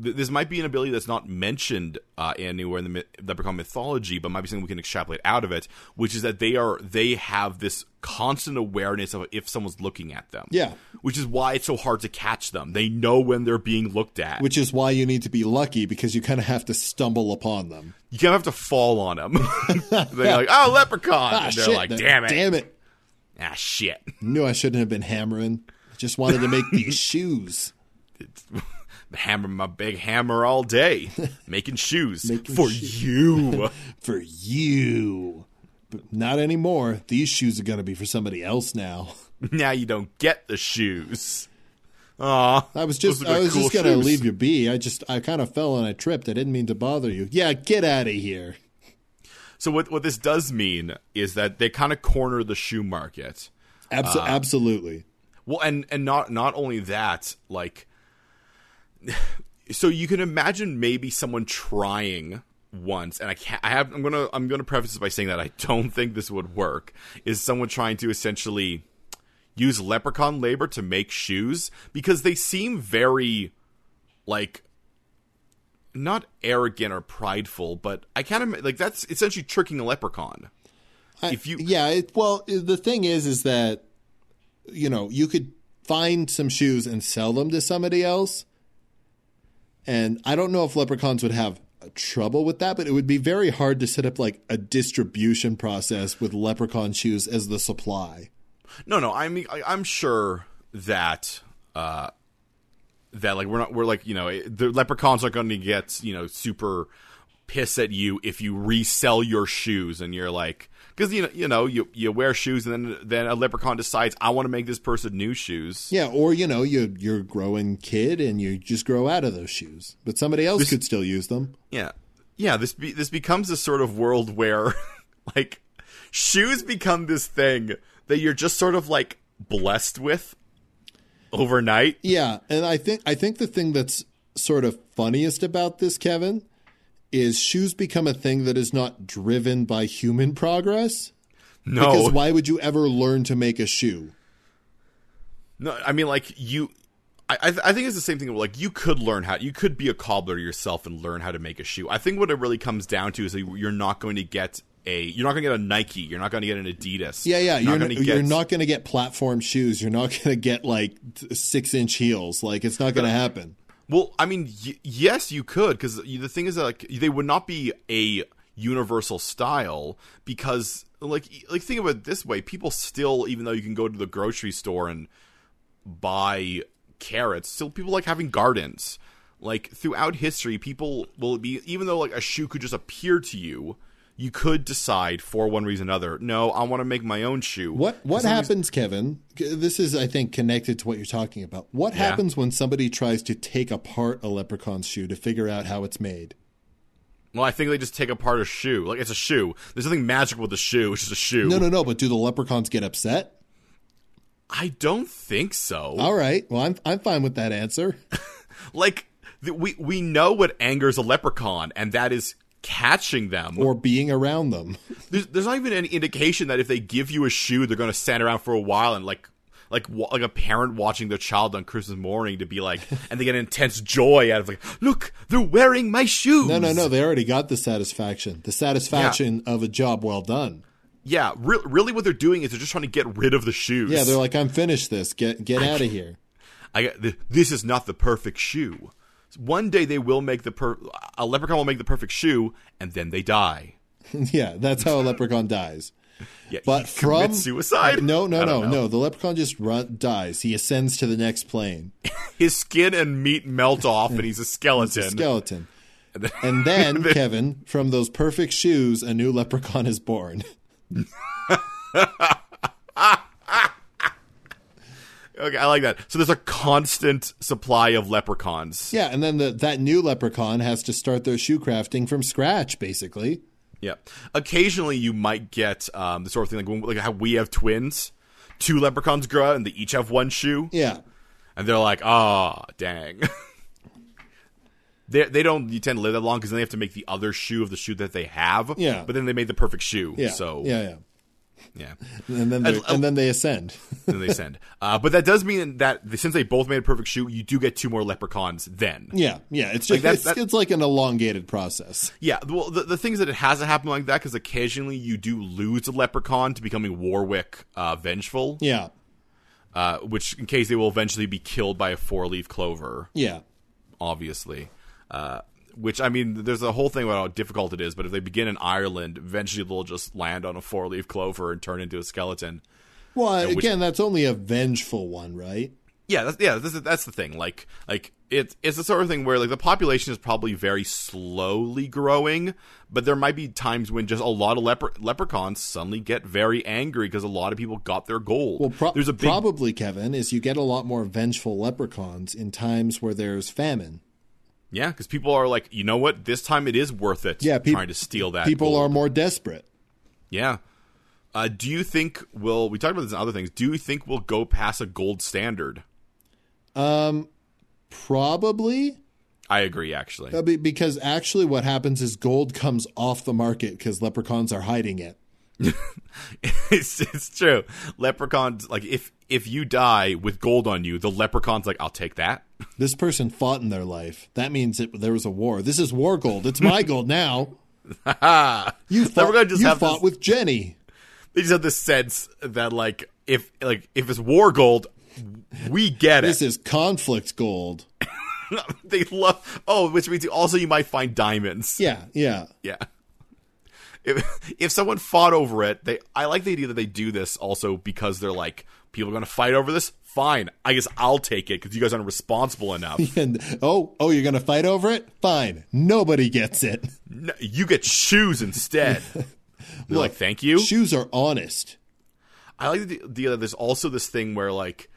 th- this might be an ability that's not mentioned uh anywhere in the myth- leprechaun mythology, but might be something we can extrapolate out of it, which is that they are they have this constant awareness of if someone's looking at them.
Yeah.
Which is why it's so hard to catch them. They know when they're being looked at.
Which is why you need to be lucky because you kind of have to stumble upon them.
you kind of have to fall on
<laughs>
them. they're like, "Oh, leprechaun."
Ah,
and they're
shit,
like,
that-
"Damn it."
Damn it!
Ah, shit.
Knew I shouldn't have been hammering. I just wanted to make <laughs> these shoes.
<laughs> Hammer my big hammer all day, making shoes
Making
for you. <laughs>
for you. But not anymore. These shoes are going to be for somebody else now. <laughs>
now you don't get the shoes. Aw.
I was just
Those are
I was
cool
just going to
shoes.
leave you be. I just I kind of fell and I tripped. I didn't mean to bother you. Yeah, get out of here.
So what what this does mean is that they kind of corner the shoe market.
Abso- absolutely.
Well, and and not not only that, like <sighs> so you can imagine maybe someone trying once and I can't I have I'm going to I'm going to preface this by saying that I don't think this would work is someone trying to essentially use leprechaun labor to make shoes because they seem very like not arrogant or prideful, but I can't imagine like that's essentially tricking a leprechaun.
I-
If you-
yeah, it, well, the thing is, is that you know you could find some shoes and sell them to somebody else, and I don't know if leprechauns would have trouble with that, but it would be very hard to set up like a distribution process with leprechaun shoes as the supply.
No, no. I mean, I, I'm sure that uh, that like we're not we're like you know it- the leprechauns are going to get you know super piss at you if you resell your shoes and you're like because you know you know you you wear shoes and then then a leprechaun decides I want to make this person new shoes.
Yeah, or you know you you're a growing kid and you just grow out of those shoes, but somebody else could still use them.
Yeah, yeah. This be, this becomes this sort of world where <laughs> like shoes become this thing that you're just sort of like blessed with overnight
Yeah, and I think I think the thing that's sort of funniest about this, Kevin, is shoes become a thing that is not driven by human progress.
no
Because why would you ever learn to make a shoe?
No, I mean like you. I I, th- I think it's the same thing. Like you could learn how you could be a cobbler yourself and learn how to make a shoe. I think what it really comes down to is that you're not going to get a you're not going to get a Nike. You're not going to get an Adidas.
Yeah, yeah. You're,
gonna
n- you're not going to get platform shoes. You're not <laughs> going to get like six inch heels. Like it's not going to happen.
Well, I mean, y- yes, you could because the thing is that like they would not be a universal style because like like think of it this way: people still, even though you can go to the grocery store and buy carrots, still people like having gardens. Like throughout history, people will be even though like a shoe could just appear to you. You could decide for one reason or another. No, I want to make my own shoe.
What what happens, Kevin? c- This is, I think, connected to what you're talking about. What happens when somebody tries to take apart a leprechaun's shoe to figure out how it's made?
Well, I think they just take apart a shoe. Like it's a shoe. There's nothing magical with a shoe. It's just a shoe.
No, no, no. But do the leprechauns get upset?
I don't think so.
All right. Well, I'm I'm fine with that answer.
Like th- we we know what angers a leprechaun, and that is catching them.
or being around them.
There's, there's not even any indication that if they give you a shoe, they're going to stand around for a while and like. Like wa- like a parent watching their child on Christmas morning to be
<laughs>
like, and they get intense joy out of like, look, they're wearing my shoes.
No, no, no. They already got the satisfaction. The satisfaction of a job well done.
Yeah, re- really, what they're doing is they're just trying to get rid of the shoes.
Yeah, they're like, I'm finished. This get get out of here. <laughs>
I got th- this is not the perfect shoe. One day they will make the per- a leprechaun will make the perfect shoe, and then they die.
yeah, that's how a leprechaun dies.
Yeah,
But
he
from
commits suicide?
No,
I
no,
don't
no,
know.
no. The leprechaun just run, dies. He ascends to the next plane.
His skin and meat melt off, and he's a skeleton.
Skeleton.
<laughs>
And then Kevin, from those perfect shoes, a new leprechaun is born. <laughs>
okay, I like that. So there's a constant supply of leprechauns.
Yeah, and then the, that new leprechaun has to start their shoe crafting from scratch, basically.
Yeah. Occasionally, you might get um, the sort of thing like when, like how we have twins. Two leprechauns grow out, and they each have one shoe.
Yeah,
and they're like, ah, dang. <laughs> they they don't tend to live that long because then they have to make the other shoe of the shoe that they have.
Yeah.
but then they made the perfect shoe.
yeah,
so yeah,
yeah, yeah. And uh,
And-
then they- and then they ascend. <laughs>
then they send. Uh, but that does mean that since they both made a perfect shoe, you do get two more leprechauns then.
Yeah, yeah. It's just
that-
it's,
that-
it's like an elongated process.
Yeah, well, the, the thing is that it hasn't happened like that because occasionally you do lose a leprechaun to becoming Warwick uh, Vengeful,
Yeah,
uh, which in case they will eventually be killed by a four leaf clover.
yeah,
obviously. Uh, which I mean, there's a whole thing about how difficult it is. But if they begin in Ireland, eventually they'll just land on a four-leaf clover and turn into a skeleton.
Well, uh,
which-
again, that's only a vengeful one, right?
Yeah, that's, yeah, that's, that's the thing. Like, like it's it's the sort of thing where like the population is probably very slowly growing, but there might be times when just a lot of leper- leprechauns suddenly get very angry because a lot of people got their gold.
Well, pro-
there's a big
probably Kevin is you get a lot more vengeful leprechauns in times where there's famine.
yeah, because people are like, you know what, this time it is worth it.
Yeah, peop-
trying to steal that.
People
gold.
are more desperate.
Yeah. Uh, do you think we'll? We talked about this and other things. Do you think we'll go past a gold standard?
Um, Probably
I agree. Actually,
uh, be- because actually, what happens is gold comes off the market because leprechauns are hiding it.
<laughs> it's, it's true. Leprechauns like if if you die with gold on you, the leprechaun's like, I'll take that. <laughs>
This person fought in their life. That means it, there was a war. This is war gold.
<laughs>
It's my gold now. you
Leprechaun
fought,
just
you
have
fought
this-
with Jenny.
They just have this sense that like if like if it's war gold, we get
This
it.
is conflict gold.
<laughs> they love. Oh, which means also you might find diamonds.
Yeah, yeah.
Yeah. If, if someone fought over it, they I like the idea that they do this also because they're like people are going to fight over this. Fine, I guess I'll take it because you guys aren't responsible enough.
And oh, oh, you're gonna fight over it? Fine. Nobody gets it.
No, you get shoes instead. They're like, thank you.
Shoes are honest.
I like the idea that there's also this thing where like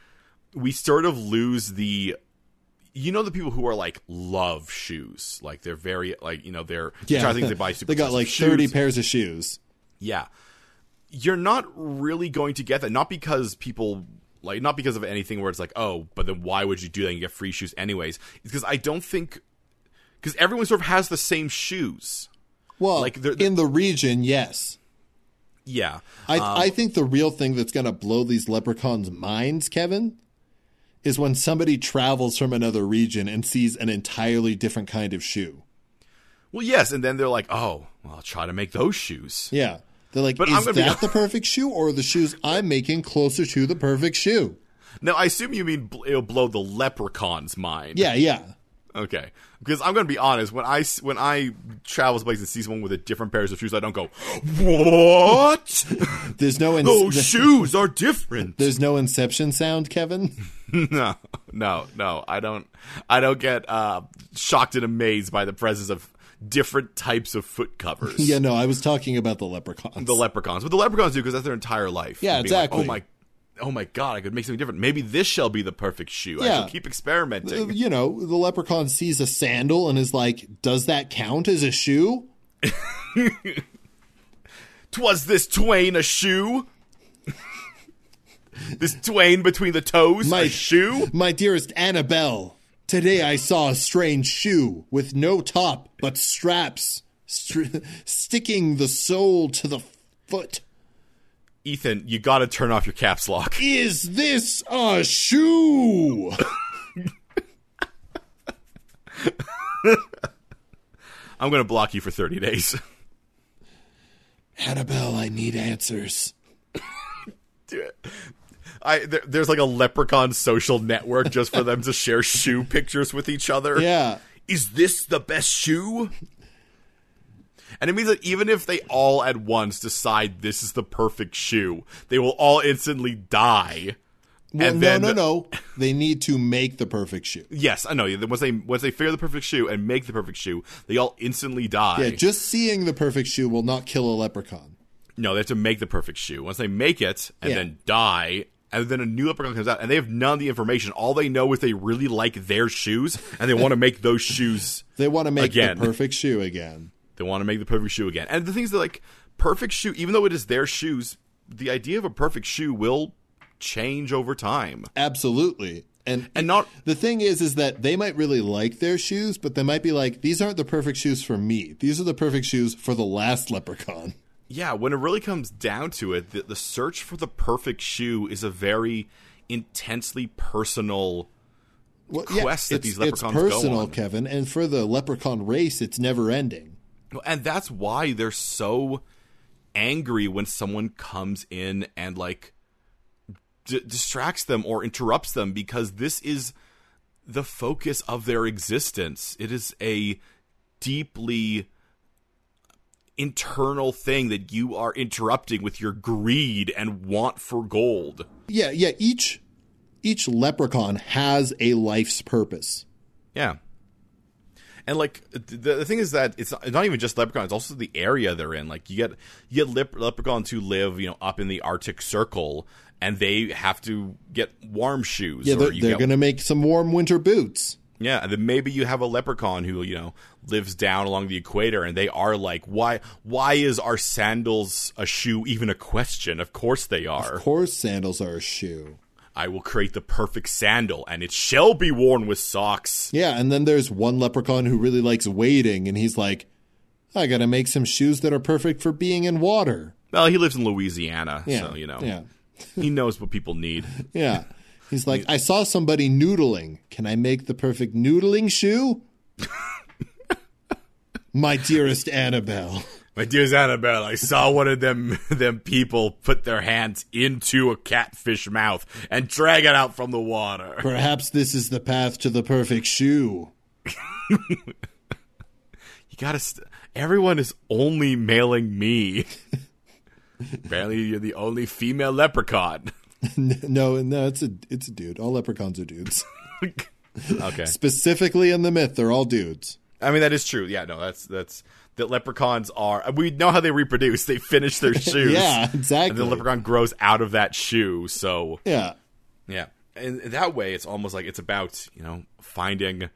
we sort of lose the. You know the people who are like love shoes, like they're very like you know they're yeah. I think they buy super
<laughs> They got like
expensive
thirty
shoes.
pairs of shoes.
Yeah. You're not really going to get that. Not because people like not because of anything where it's like, oh, but then why would you do that and get free shoes anyways? It's because I don't think because everyone sort of has the same shoes.
Well,
Like,
like
they're-
in the region, yes.
Yeah.
I
Um,
I think the real thing that's gonna blow these leprechauns' minds, Kevin, is when somebody travels from another region and sees an entirely different kind of shoe.
Well, yes, and then they're like, oh, well, I'll try to make those shoes.
Yeah. They're like,
But I'm
is
gonna be-
that the perfect shoe or are the shoes I'm making closer to the perfect shoe?
Now, I assume you mean bl- it'll blow the leprechaun's mind.
Yeah, yeah.
Okay. Because I'm going to be honest, when I s- when I travel to places and see someone with a different pairs of shoes, I don't go,
<laughs>
what?
There's no ins-
Those shoes are different.
there's no inception sound, Kevin.
<laughs>
<laughs>
no, no, no. I don't. I don't get uh, shocked and amazed by the presence of different types of foot covers.
Yeah, no, I was talking about the leprechauns.
the leprechauns, but the leprechauns do because that's their entire life.
Yeah,
And being like,
exactly.
oh my, oh my god, I could make something different. Maybe this shall be the perfect shoe. I
Yeah.
shall keep experimenting.
You know, the leprechaun sees a sandal and is like, "Does that count as a shoe?"
Twas this twain a shoe? this twain between the toes a
My-
shoe?
My dearest Annabelle, today I saw a strange shoe with no top but straps str- <laughs> sticking the sole to the foot.
Ethan, you gotta turn off your caps lock.
Is this a shoe? <coughs>
I'm gonna block you for 30 days.
Annabelle, I need answers.
Dude, I there, there's like a leprechaun social network just for them to share shoe pictures with each other.
Yeah.
Is this the best shoe? And it means that even if they all at once decide this is the perfect shoe, they will all instantly die.
Well,
And
no,
then-
no, no. They need to make the perfect shoe.
Yes, I know. Once they once they figure the perfect shoe and make the perfect shoe, they all instantly die.
Yeah, just seeing the perfect shoe will not kill a leprechaun.
No, they have to make the perfect shoe. Once they make it and
Yeah.
then die, and then a new leprechaun comes out, and they have none of the information. All they know is they really like their shoes, and they want to make those shoes.
They want to make
Again.
the perfect shoe again.
They want to make the perfect shoe again. And the thing is that, like, perfect shoe, even though it is their shoes, the idea of a perfect shoe will change over time.
Absolutely. And
And not,
the thing is is that they might really like their shoes, but they might be like, these aren't the perfect shoes for me. These are the perfect shoes for the last leprechaun.
yeah, when it really comes down to it, the, the search for the perfect shoe is a very intensely personal.
Well,
Quest that these
it's, it's
leprechauns go
personal,
on.
Kevin, and for the leprechaun race, it's never ending.
And that's why they're so angry when someone comes in and like d- distracts them or interrupts them because this is the focus of their existence. It is a deeply internal thing that you are interrupting with your greed and want for gold.
Yeah, yeah. Each each leprechaun has a life's purpose.
Yeah. And like the, the thing is that it's not, it's not even just leprechauns; it's also the area they're in. Like you get you get lep- leprechauns who live, you know, up in the Arctic Circle, and they have to get warm shoes.
Yeah, they're,
you
they're
get-
going to make some warm winter boots.
yeah, and then maybe you have a leprechaun who you know lives down along the equator, and they are like, why why is our sandals a shoe even a question? Of course they are.
Horse sandals are a shoe.
I will create the perfect sandal, and it shall be worn with socks.
Yeah, and then there's one leprechaun who really likes wading, and he's like, I got to make some shoes that are perfect for being in water.
Well, he lives in Louisiana,
Yeah,
so you know.
Yeah.
he knows what people
<laughs>
need.
Yeah. He's like, I saw somebody noodling. Can I make the perfect noodling shoe? My dearest Annabelle.
My dearest Annabelle, I saw one of them <laughs> them people put their hands into a catfish mouth and drag it out from the water.
Perhaps this is the path to the perfect shoe.
You gotta. St- Everyone is only mailing me. <laughs> Apparently, you're the only female leprechaun.
<laughs>
<laughs>
no, no, it's a it's a dude. All leprechauns are dudes.
okay,
Specifically in the myth, they're all dudes.
I mean that is true. Yeah, no, that's that's that leprechauns are. We know how they reproduce. They finish <laughs> their shoes.
Yeah,
and the
exactly.
leprechaun grows out of that shoe. So
yeah.
Yeah, and that way, it's almost like it's about you know finding,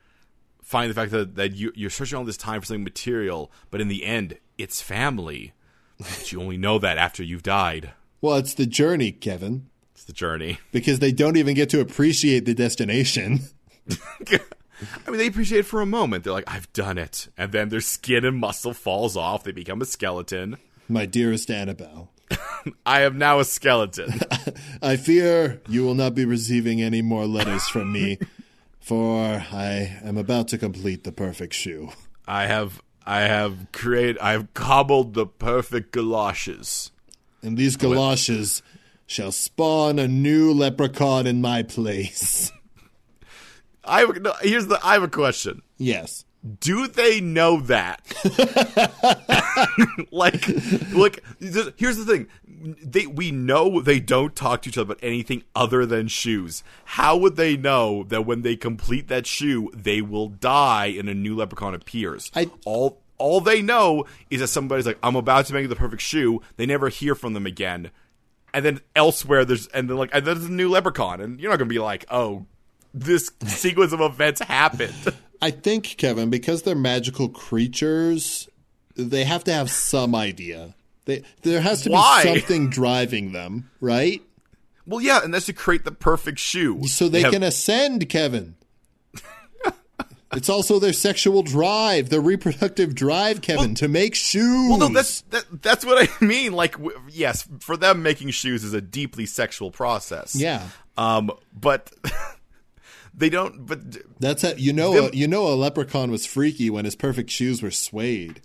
find the fact that that you you're searching all this time for something material, but in the end, it's family. but you only know that after you've died.
Well, it's the journey, Kevin,
It's the journey. <laughs>
because they don't even get to appreciate the destination. <laughs>
I mean, they appreciate it for a moment. They're like, "I've done it," and then their skin and muscle falls off. They become a skeleton.
My dearest Annabelle,
I am now a skeleton. <laughs>
I fear you will not be receiving any more letters from me, for I am about to complete the perfect shoe.
I have, I have created, I have cobbled the perfect galoshes.
And these galoshes shall spawn a new leprechaun in my place.
I have, no, here's the. I have a question.
Yes.
do they know that? like, look. th- Here's the thing: they we know they don't talk to each other about anything other than shoes. How would they know that when they complete that shoe, they will die and a new leprechaun appears?
I-
all all they know is that somebody's like, "I'm about to make the perfect shoe." They never hear from them again. and then elsewhere there's and then like and there's a new leprechaun and you're not gonna be like oh this <laughs> sequence of events happened
I think Kevin, because they're magical creatures, they have to have some idea. They, there has to
Why?
be something driving them, right?
well yeah and that's to create the perfect shoe
So they
have-
can ascend, Kevin. it's also their sexual drive, their reproductive drive, Kevin, to make shoes.
well no that's that, that's what i <laughs> mean like w- yes for them making shoes is a deeply sexual process
yeah.
um but <laughs> they don't but
That's a, you know a, you know a leprechaun was freaky when his perfect shoes were suede.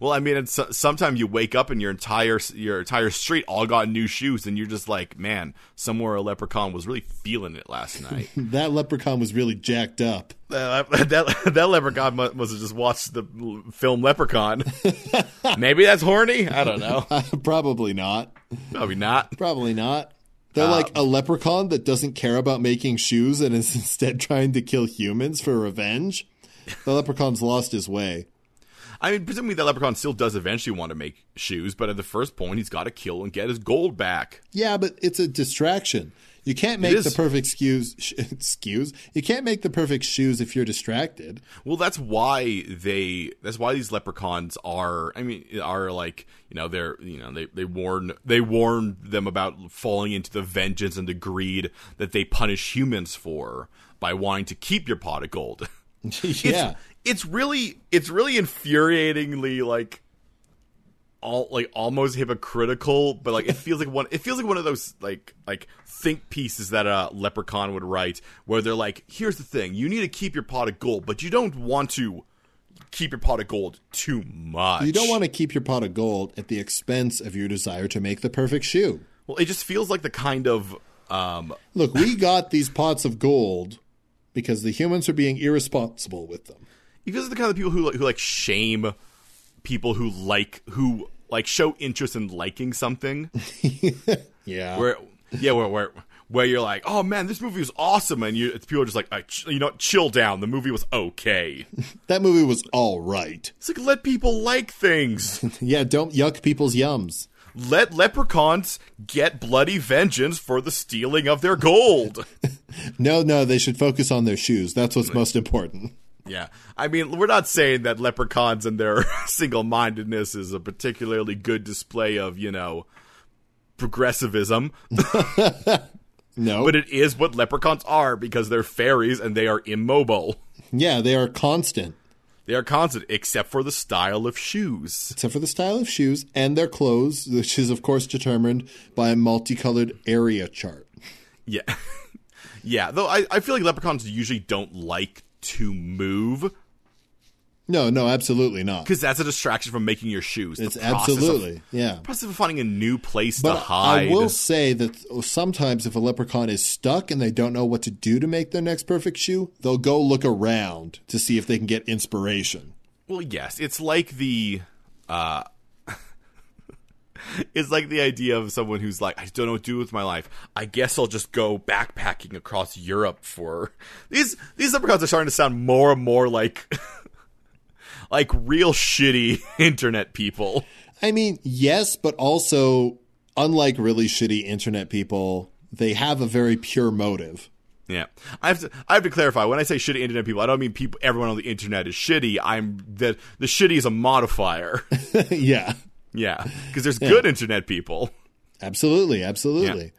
Well, I mean, it's, sometimes you wake up and your entire your entire street all got new shoes, and you're just like, man, somewhere a leprechaun was really feeling it last
<laughs>
night.
That leprechaun was really jacked up. <laughs>
Uh, that that leprechaun mu- must have just watched the l- film
<laughs>
Leprechaun. Maybe that's horny. I don't know.
Uh, Probably not.
Probably not.
Probably not. They're
Um,
like a leprechaun that doesn't care about making shoes and is <laughs> instead trying to kill humans for revenge. The leprechaun's lost his way.
I mean, presumably that leprechaun still does eventually want to make shoes, but at the first point, he's got to kill and get his gold back.
Yeah, but it's a distraction. You can't make
is.
the perfect <laughs> shoes. Sh- excuse. You can't make the perfect shoes if
<laughs>
you're distracted.
Well, that's why they. That's why these leprechauns are. I mean, are like you know they're you know they they warn they warn them about falling into the vengeance and the greed that they punish humans for by wanting to keep your pot of gold. <laughs>
yeah.
it's really it's really infuriatingly like all like almost hypocritical, but
<laughs>
like it feels like one it feels like one of those like like think pieces that a leprechaun would write where they're like, here's the thing, you need to keep your pot of gold, but you don't want to keep your pot of gold too much.
You don't want to keep your pot of gold at the expense of your desire to make the perfect shoe.
Well, it just feels like the kind of um <laughs>
Look, we got these pots of gold because the humans are being irresponsible with them.
it feels like the kind of people who like who like shame people who like who like show interest in liking something.
Yeah.
where yeah where where where you're like oh man this movie was awesome and you it's people are just like "Uh, ch- you know chill down the movie was okay
that movie was all right. <laughs>
it's like let people like things
Yeah, don't yuck people's yums.
let leprechauns get bloody vengeance for the stealing of their gold
No, no, they should focus on their shoes. That's what's most important.
yeah i mean we're not saying that leprechauns and their <laughs> single-mindedness is a particularly good display of you know progressivism
No.
but it is what leprechauns are because they're fairies and they are immobile
yeah, they are constant,
they are constant except for the style of shoes
except for the style of shoes and their clothes, which is, of course, determined by a multicolored area chart.
Yeah. <laughs> yeah, though I, I feel like leprechauns usually don't like to move
No, no, absolutely not.
because that's a distraction from making your shoes. The
It's
process of-
absolutely, yeah.
process of finding a new place
But
to hide.
I will say that sometimes if a leprechaun is stuck and they don't know what to do to make their next perfect shoe, they'll go look around to see if they can get inspiration.
Well, yes, it's like the uh <laughs> it's like the idea of someone who's like, I don't know what to do with my life. I guess I'll just go backpacking across Europe for these these leprechauns are starting to sound more and more like <laughs> like real shitty <laughs> internet people.
I mean, yes, but also, unlike really shitty internet people, they have a very pure motive. <laughs>
Yeah, I have to. I have to clarify when I say shitty internet people. I don't mean people. Everyone on the internet is shitty. I'm that the shitty is a
<laughs>
modifier.
yeah,
yeah, because there's good internet people,
absolutely, absolutely.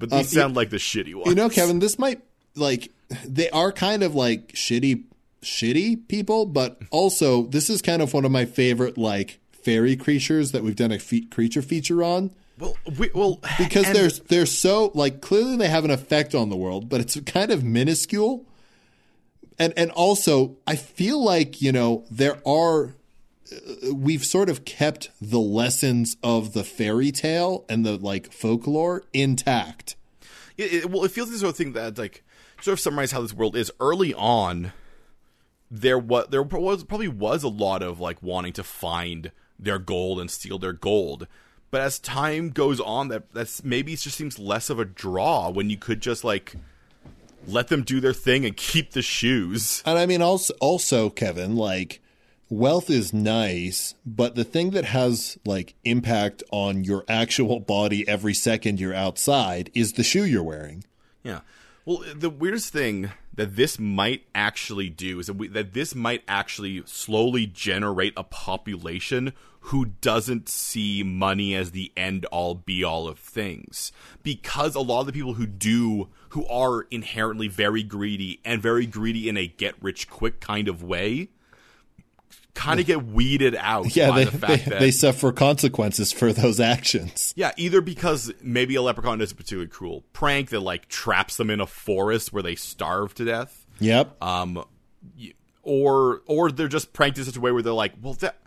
but these sound like the shitty ones.
Um, You know, Kevin, this might like they are kind of like shitty, shitty people, but also this is kind of one of my favorite like fairy creatures that we've done a fe- creature feature on
well, we, well,
because
and-
they're they're so like clearly they have an effect on the world, but it's kind of minuscule. And and also, I feel like you know there are uh, we've sort of kept the lessons of the fairy tale and the like folklore intact.
it, it- well, it feels like the sort of thing that like sort of summarize how this world is. Early on, there was there was probably was a lot of like wanting to find their gold and steal their gold. But as time goes on, that that's maybe it just seems less of a draw when you could just like let them do their thing and keep the shoes.
And I mean, also, also Kevin, like wealth is nice, but the thing that has like impact on your actual body every second you're outside is the shoe you're wearing.
Yeah. Well, the weirdest thing that this might actually do is that, we, that this might actually slowly generate a population who doesn't see money as the end all be all of things. Because a lot of the people who do, who are inherently very greedy and very greedy in a get rich quick kind of way, kind of get weeded out
<laughs> Yeah,
by
they,
the fact
they,
that
they suffer consequences for those actions.
yeah, either because maybe a leprechaun is a particularly cruel prank that like traps them in a forest where they starve to death,
Yep.
um, y- or or they're just pranked in such a way where they're like, well, that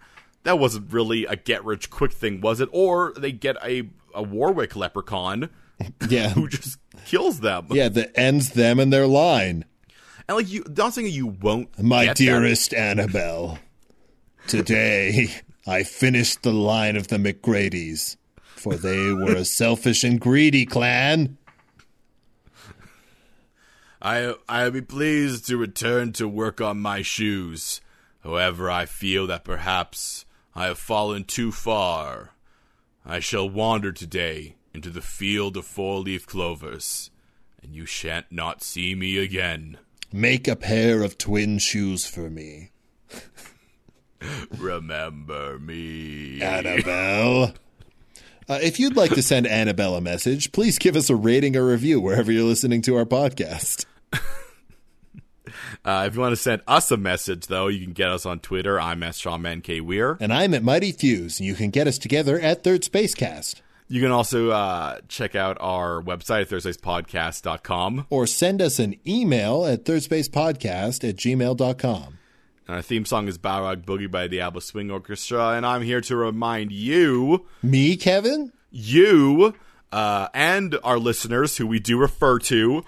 that wasn't really a get rich quick thing, was it? Or they get a a Warwick leprechaun
yeah.
who just kills them.
Yeah, that ends them and their line.
And like you, not saying you won't,
My
get that.
dearest Annabelle, today I finished the line of the McGrady's, for they were a selfish and greedy clan.
I I'll be pleased to return to work on my shoes. However, I feel that perhaps I have fallen too far. I shall wander today into the field of four leaf clovers, and you shan't not see me again.
Make a pair of twin shoes for me,
Remember me.
Annabelle. Uh, if you'd like to send Annabelle a message, please give us a rating or review wherever you're listening to our podcast.
Uh, if you want to send us a message, though, you can get us on Twitter. I'm S. Sean Man K. Weir.
And I'm at Mighty Fuse, and you can get us together at Third Spacecast.
You can also uh, check out our website at thursdayspodcast.com.
Or send us an email at thirdspacepodcast at gmail.com.
And our theme song is Balrog Boogie by the Abba Swing Orchestra. And I'm here to remind you,
Me, Kevin?
you, uh, and our listeners who we do refer to,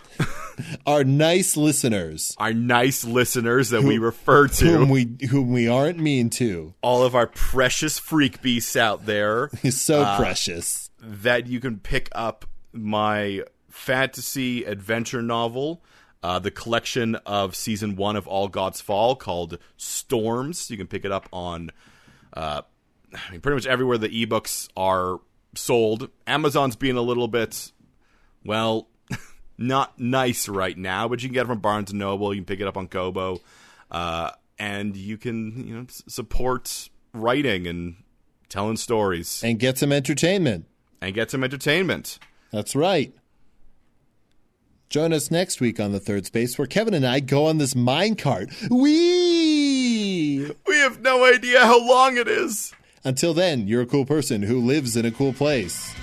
Our nice listeners,
our nice listeners that we refer to,
whom we whom we aren't mean to,
all of our precious freak beasts out there,
is so precious.
that you can pick up my fantasy adventure novel. Uh, the collection of season one of All Gods Fall called Storms. You can pick it up on uh, I mean, pretty much everywhere the ebooks are sold. Amazon's being a little bit, well, <laughs> not nice right now, but you can get it from Barnes and Noble. You can pick it up on Kobo, uh, and you can you know s- support writing and telling stories
And get some entertainment.
and get some entertainment.
That's right. Join us next week on the third space where Kevin and I go on this minecart. Whee!
We have no idea how long it is.
Until then, you're a cool person who lives in a cool place.